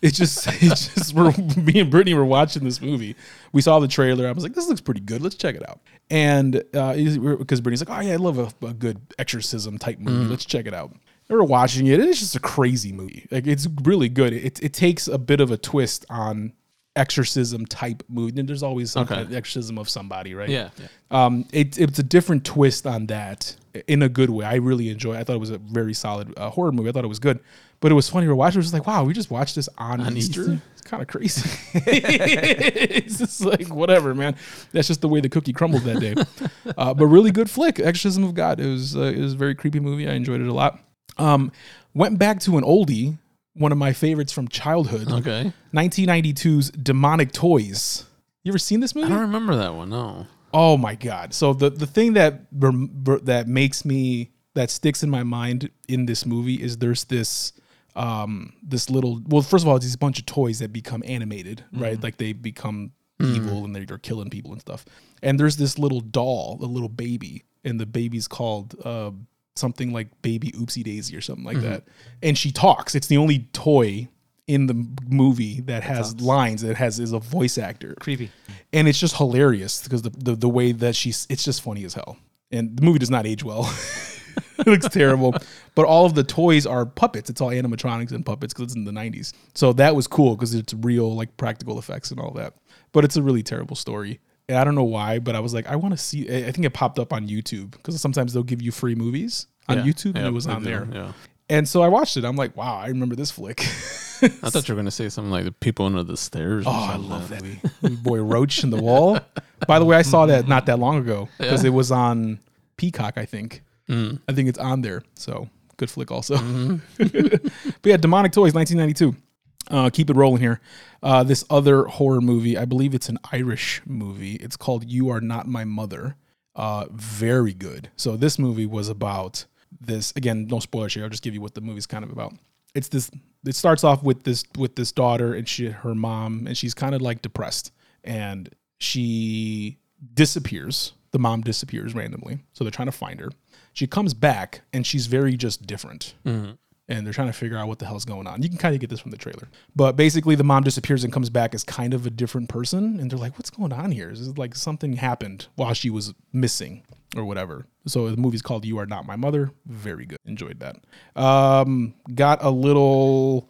B: It's just, it's just, we're, me and Brittany were watching this movie. We saw the trailer. I was like, this looks pretty good. Let's check it out. And uh, because Brittany's like, oh, yeah, I love a, a good exorcism type
D: Mm-hmm.
B: movie. Let's check it out. And we're watching it, and it's just a crazy movie. Like, it's really good. It, it takes a bit of a twist on exorcism type movie. And there's always some
D: Okay.
B: kind of exorcism of somebody, right?
D: Yeah. Yeah.
B: Um, it, it's a different twist on that in a good way. I really enjoy. it. I thought it was a very solid uh, horror movie. I thought it was good, but it was funny. We We're watching. It was just like, wow, we just watched this on, Easter.
D: Easter?
B: It's kind of crazy. it's just like whatever, man. That's just the way the cookie crumbled that day. uh, but really good flick, Exorcism of God. It was uh, it was a very creepy movie. I enjoyed it a lot. Um, went back to an oldie, one of my favorites from childhood.
D: Okay.
B: 1992's Demonic Toys. You ever seen this movie?
D: I don't remember that one. No.
B: Oh my god! So the the thing that rem- that makes me that sticks in my mind in this movie is there's this um this little well first of all it's these bunch of toys that become animated right like they become evil and they're killing people and stuff and there's this little doll a little baby and the baby's called uh something like baby oopsie daisy or something like that and she talks it's the only toy in the m- movie that has lines that has is a voice actor
C: Creepy.
B: and it's just hilarious because the, the the way that she's it's just funny as hell and the movie does not age well it looks terrible but all of the toys are puppets it's all animatronics and puppets because it's in the 90s so that was cool because it's real like practical effects and all that but it's a really terrible story and i don't know why but i was like i want to see i I think it popped up on youtube because sometimes they'll give you free movies on
D: Yeah.
B: youtube and
D: Yeah,
B: it was
D: they
B: on
D: do,
B: there
D: Yeah.
B: and so i watched it i'm like wow i remember this flick
D: I thought you were gonna say something like the people under the stairs.
B: Oh, I love that Mm-hmm. movie. Boy Roach in the Wall. By the way, I saw that not that long ago because it was on Peacock, I think. I think it's on there. So good flick also. but yeah, Demonic Toys, 1992. Uh, keep it rolling here. Uh, this other horror movie, I believe it's an Irish movie. It's called You Are Not My Mother. Uh, very good. So this movie was about this. Again, no spoilers here. I'll just give you what the movie's kind of about. It's this. It starts off with this with this daughter and she her mom and she's kind of like depressed and she disappears. The mom disappears randomly, so they're trying to find her. She comes back and she's very just different and they're trying to figure out what the hell's going on. You can kind of get this from the trailer. But basically, the mom disappears and comes back as kind of a different person, and they're like, "What's going on here? This is like something happened while she was missing or whatever." So the movie's called "You Are Not My Mother." Very good. Enjoyed that. Um, got a little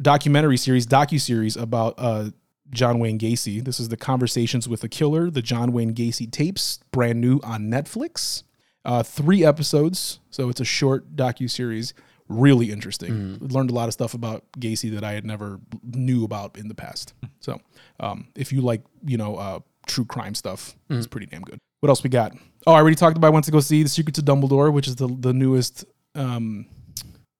B: documentary series, docu series about uh, John Wayne Gacy. This is the Conversations with a Killer, the John Wayne Gacy tapes, brand new on Netflix. Uh, three episodes, so it's a short docu series. Really interesting. Learned a lot of stuff about Gacy that I had never knew about in the past. So, um, if you like, you know, uh, true crime stuff, it's pretty damn good. What else we got? Oh, I already talked about. I went to go see the Secret to Dumbledore, which is the the newest um,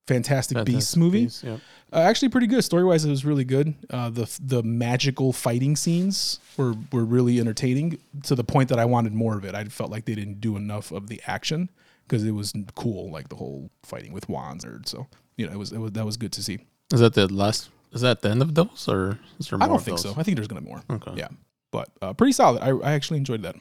B: Fantastic, Beasts movie.
D: Yeah.
B: Uh, actually, pretty good. Story wise, it was really good. Uh, the the magical fighting scenes were were really entertaining to the point that I wanted more of it. I felt like they didn't do enough of the action because it was cool, like the whole fighting with wands. Or so you know, it was, it was that was good to see.
D: Is that the last? Is that the end of those, or is there more?
B: I don't
D: of
B: think
D: those?
B: so. I think there's gonna be more.
D: Okay.
B: Yeah, but uh, pretty solid. I, I actually enjoyed that.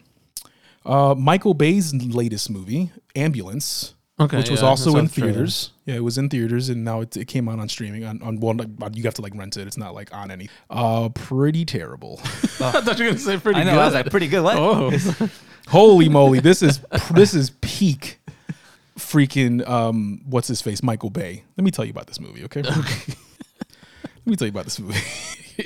B: Uh, Michael Bay's latest movie, Ambulance,
D: Okay,
B: which was
D: yeah, I
B: also
D: saw
B: in
D: the trailer.
B: theaters. Yeah, it was in theaters, and now it, it came out on streaming. On, on well, not- you have to like rent it. It's not like on any. Uh, pretty terrible.
D: I thought you were gonna say pretty
C: I know.
D: good.
C: I was like, pretty good. What?
D: oh,
B: Holy moly! This is this is peak. Freaking um, what's his face? Michael Bay. Let me tell you about this movie, okay? Let me tell you about this movie.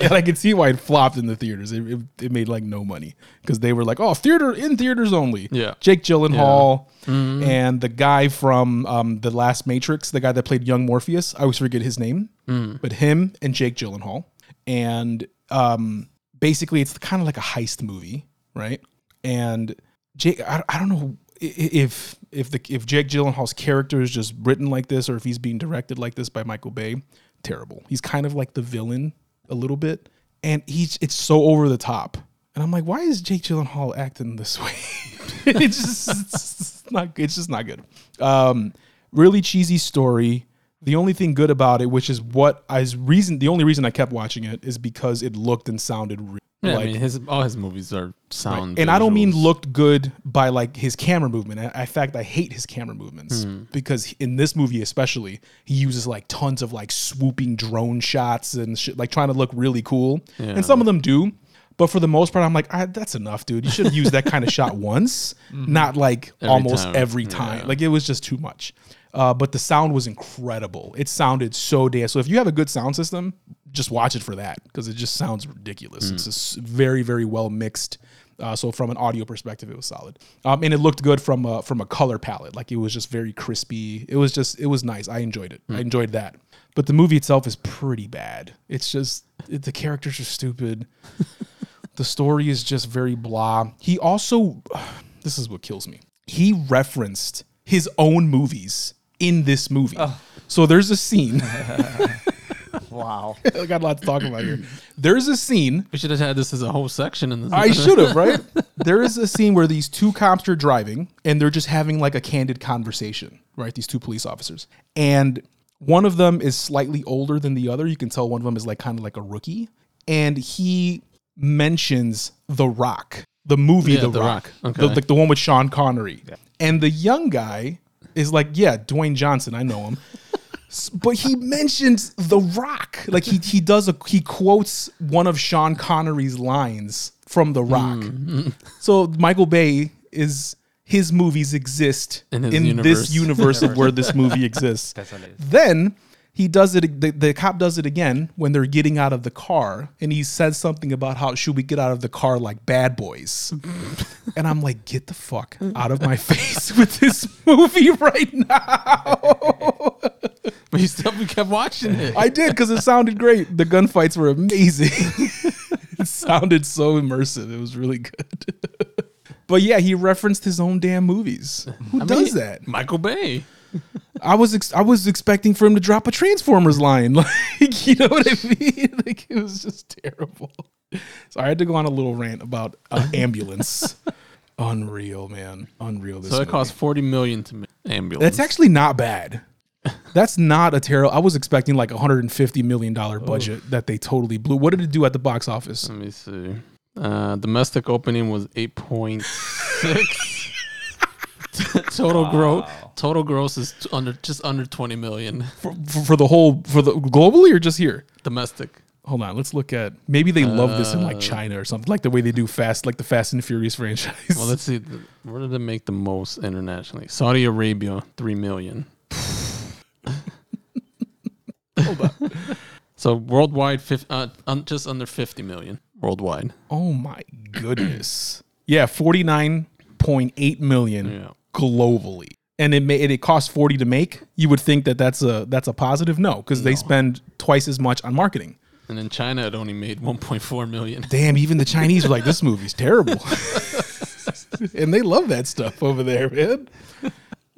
B: and I can see why it flopped in the theaters. It, it, it made like no money because they were like, oh, theater in theaters only.
D: Yeah.
B: Jake Gyllenhaal and the guy from um, the Last Matrix, the guy that played young Morpheus. I always forget his name, but him and Jake Gyllenhaal. And um, basically, it's kind of like a heist movie, right? And Jake, I, I don't know i- i- if if the if Jake Gyllenhaal's character is just written like this, or if he's being directed like this by Michael Bay. Terrible. He's kind of like the villain a little bit, and he's it's so over the top. And I'm like, why is Jake Gyllenhaal acting this way? it's just it's just not. It's just not good. Um, really cheesy story. The only thing good about it, which is what I reason, the only reason I kept watching it is because it looked and sounded real.
D: yeah, I
B: like
D: mean, his all his movies are sound.
B: and I don't mean
D: visuals.
B: looked good by like his camera movement. I- In fact, I hate his camera movements
D: Hmm.
B: because in this movie especially, he uses like tons of like swooping drone shots and shit, like trying to look really cool. And some of them do, but for the most part, I'm like, I, that's enough, dude. You should have used that kind of shot once, not like almost
D: time.
B: every time. Like it was just too much. Uh, but the sound was incredible. It sounded so damn. So if you have a good sound system, just watch it for that because it just sounds ridiculous. It's just very, very well mixed. Uh, so from an audio perspective, it was solid, um, and it looked good from a, from a color palette. Like it was just very crispy. It was just it was nice. I enjoyed it. I enjoyed that. But the movie itself is pretty bad. It's just it, the characters are stupid. The story is just very blah. He also, this is what kills me. He referenced his own movies in this movie. So there's a scene.
C: Wow.
B: I got a lot to talk about here. There's a scene.
D: We should have had this as a whole section in this.
B: I should have, right? There is a scene where these two cops are driving and they're just having like a candid conversation, right? These two police officers. And one of them is slightly older than the other. You can tell one of them is like kind of like a rookie. And he mentions The Rock, the movie
D: Yeah,
B: The,
D: The
B: Rock,
D: Rock.
B: The,
D: Okay.
B: like the one with Sean Connery. And the young guy is like, yeah, Dwayne Johnson, I know him. S- but he mentions The Rock. Like he he does a he quotes one of Sean Connery's lines from The Rock.
D: Hmm.
B: So Michael Bay is his movies exist in,
D: In his
B: this
D: universe.
B: universe of where this movie exists. then he does it the, the cop does it again when they're getting out of the car and he says something about how should we get out of the car like bad boys and i'm like get the fuck out of my face with this movie right now
D: But you still we kept watching it.
B: I did because it sounded great. The gunfights were amazing. it sounded so immersive. It was really good. but yeah, he referenced his own damn movies. Who does that?
D: Michael Bay.
B: I was ex- I was expecting for him to drop a Transformers line, like you know what I mean. Like it was just terrible. So I had to go on a little rant about uh, ambulance. Unreal, man. Unreal. This
D: So it
B: movie.
D: cost forty million to make ambulance.
B: That's actually not bad. That's not a terrible. I was expecting like a hundred and fifty million dollar budget that they totally blew. What did it do at the box office?
D: Let me see. Uh, domestic opening was eight point six. total gross total gross is t- under just under 20 million
B: for, for the whole for the globally or just here?
D: domestic.
B: Hold on, let's look at maybe they love this in like China or something, like the way they do fast, like the Fast and Furious franchise.
D: Well, let's see. th- Where did they make the most internationally? Saudi Arabia, 3 million. so worldwide, fif- uh, un- just under 50 million worldwide.
B: oh my goodness, yeah, forty nine point eight million
D: Yeah.
B: globally, and it may, and it costs forty to make. You would think that that's a that's a positive, no, because they spend twice as much on marketing.
D: And in China, it only made 1.4 million.
B: damn, even the Chinese were like, this movie's terrible. and they love that stuff over there, man.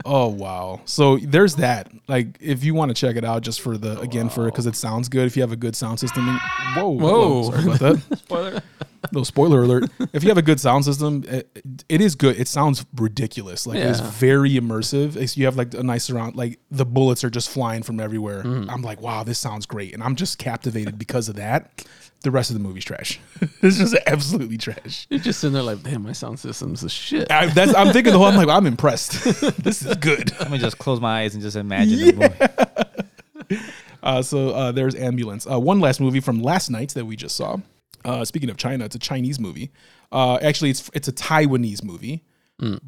B: Oh wow. So there's that. Like if you want to check it out just for the again for cuz it sounds good if you have a good sound system. and- whoa. hello,
D: Whoa.
B: Sorry about that. no spoiler alert. If you have a good sound system, it, it is good. It sounds ridiculous. Like it's
D: Yeah.
B: very immersive. It's, you have like a nice surround like the bullets are just flying from everywhere. I'm like, wow, this sounds great. And I'm just captivated because of that. The rest of the movie's trash. it's just absolutely trash.
D: You're just sitting there like, damn, my sound system's a shit.
B: I, that's, I'm thinking the whole. I'm like, I'm impressed. this is good.
C: Let me just close my eyes and just imagine. the movie.
B: Uh, so uh, there's ambulance. Uh, one last movie from last night that we just saw. Uh, speaking of China, it's a Chinese movie. Uh, actually, it's it's a Taiwanese movie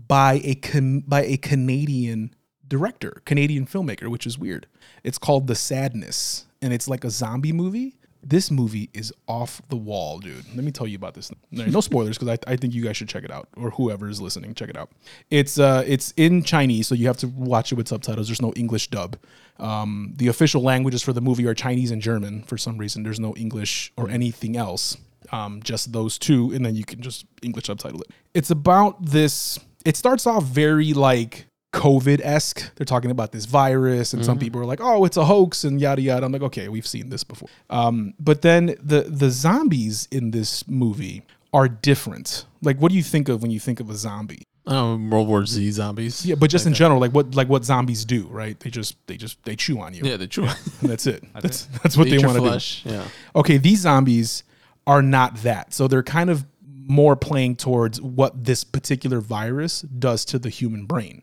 B: by a can, by a Canadian director, Canadian filmmaker, which is weird. It's called The Sadness, and it's like a zombie movie. This movie is off the wall, dude. Let me tell you about this. No, no spoilers, because I, I think you guys should check it out, or whoever is listening, check it out. It's uh, it's in Chinese, so you have to watch it with subtitles. There's no English dub. Um, the official languages for the movie are Chinese and German. For some reason, there's no English or anything else um, just those two, and then you can just English subtitle it. It's about this. It starts off very like COVID esque. They're talking about this virus, and
D: Mm-hmm.
B: some people are like, "Oh, it's a hoax," and yada yada. I'm like, "Okay, we've seen this before." Um, but then the the zombies in this movie are different. Like, what do you think of when you think of a zombie?
D: Oh, World War Z zombies.
B: Yeah, but just in general, like what like what zombies do, right? They just they just they chew on you.
D: Yeah, they chew.
B: And that's it. That's that's what
D: Eat
B: they
D: your
B: want to do
D: flesh. Yeah.
B: okay, these zombies are not that. So they're kind of more playing towards what this particular virus does to the human brain.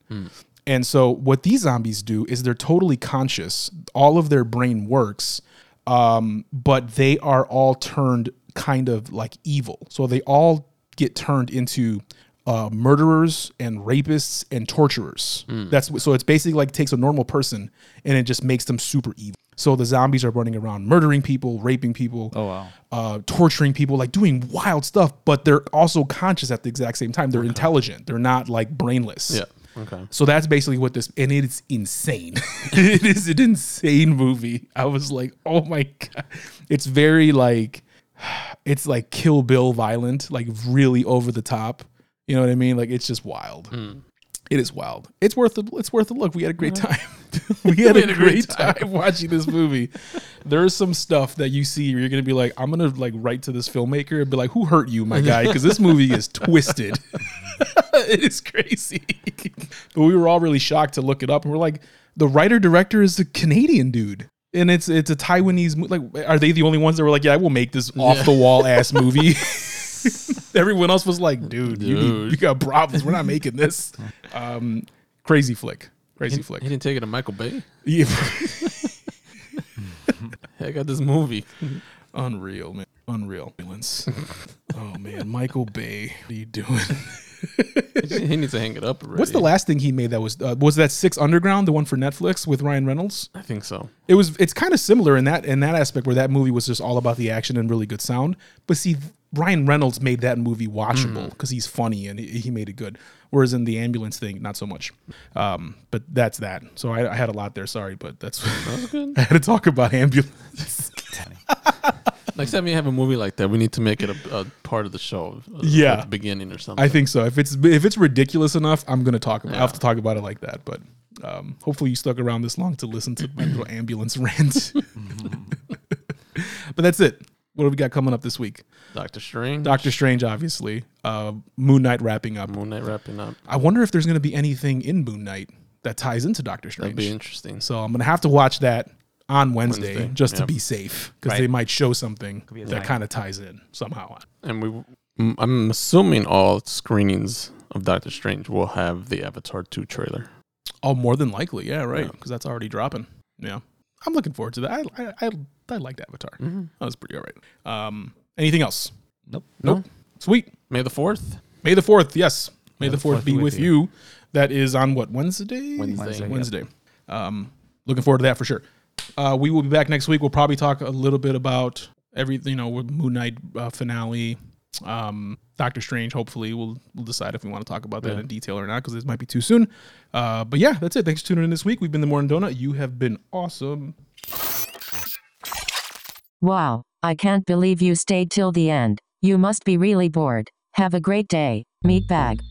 B: And so what these zombies do is they're totally conscious. All of their brain works, um, but they are all turned kind of like evil. So they all get turned into uh, murderers and rapists and torturers. That's wh- so it's basically like takes a normal person and it just makes them super evil. So the zombies are running around murdering people, raping people,
C: Oh, wow.
B: uh, torturing people, like doing wild stuff. But they're also conscious at the exact same time. They're intelligent. They're not like brainless.
D: Yeah. Okay.
B: So that's basically what this, and it's insane. it is an insane movie. I was like, oh my god, it's very like, it's like Kill Bill violent, like really over the top. You know what I mean? Like it's just wild. It is wild. It's worth a, it's worth a look. We had a great time. we had, a, great, time. watching this movie. there is some stuff that you see where you're gonna be like, I'm gonna like write to this filmmaker and be like, who hurt you, my guy? Because this movie is twisted. it is crazy. but we were all really shocked to look it up, and we're like, the writer director is a Canadian dude. And it's it's a Taiwanese mo- like are they the only ones that were like yeah I will make this off the wall ass movie? Everyone else was like dude, You, need,
D: Dude.
B: you got problems we're not making this. Um, crazy flick, crazy flick.
D: He didn't take it to Michael Bay.
B: Yeah.
D: I got this movie.
B: Unreal, man. Unreal. Ambulance. oh man, Michael Bay, what are you doing?
D: he needs to hang it up already.
B: What's the last thing he made that was uh, was that Six Underground, the one for Netflix with Ryan Reynolds?
D: I think so.
B: It was it's kind of similar in that in that aspect where that movie was just all about the action and really good sound. But see, Ryan Reynolds made that movie watchable because he's funny and he he made it good. Whereas in the ambulance thing, not so much. Um, but that's that. So I, I had a lot there. Sorry, but that's I had to talk about ambulance.
D: Next time you have a movie like that, we need to make it a, a part of the show. uh,
B: Yeah.
D: at the beginning or something.
B: I think so. If it's if it's ridiculous enough, I'm gonna talk about. I have to talk about it like that. But um, hopefully, you stuck around this long to listen to my little ambulance rant. but that's it. What have we got coming up this week?
D: Doctor Strange,
B: Doctor Strange, obviously. Uh, Moon Knight wrapping up.
D: Moon Knight wrapping up.
B: I wonder if there's gonna be anything in Moon Knight that ties into Doctor
D: That'd
B: Strange.
D: be interesting.
B: so I'm gonna have to watch that on Wednesday,
D: Wednesday,
B: just to
D: yep.
B: be safe because
C: Right.
B: they might show something
C: be a
B: that
C: tie.
B: kind of ties in somehow.
D: And we, mm, I'm assuming all screenings of Doctor Strange will have the Avatar 2 trailer.
B: Oh, more than likely, yeah, right, because that's already dropping. Yeah, I'm looking forward to that. I I I, I liked Avatar. That was pretty all right. Um, anything else?
C: Nope.
D: No.
B: Sweet.
D: May the 4th?
B: May the fourth. Yes, May the fourth be with you. That is on what Wednesday.
D: Wednesday.
C: yep.
B: Wednesday. Um, looking forward to that for sure. Uh, we will be back next week. We'll probably talk a little bit about everything. You know, with Moon Knight uh, finale, um, Doctor Strange. Hopefully, we'll we'll decide if we want to talk about that in detail or not because it might be too soon. Uh, but yeah, that's it. Thanks for tuning in this week. We've been the Morning Donut. You have been awesome.
A: Wow, I can't believe you stayed till the end. You must be really bored. Have a great day, meatbag.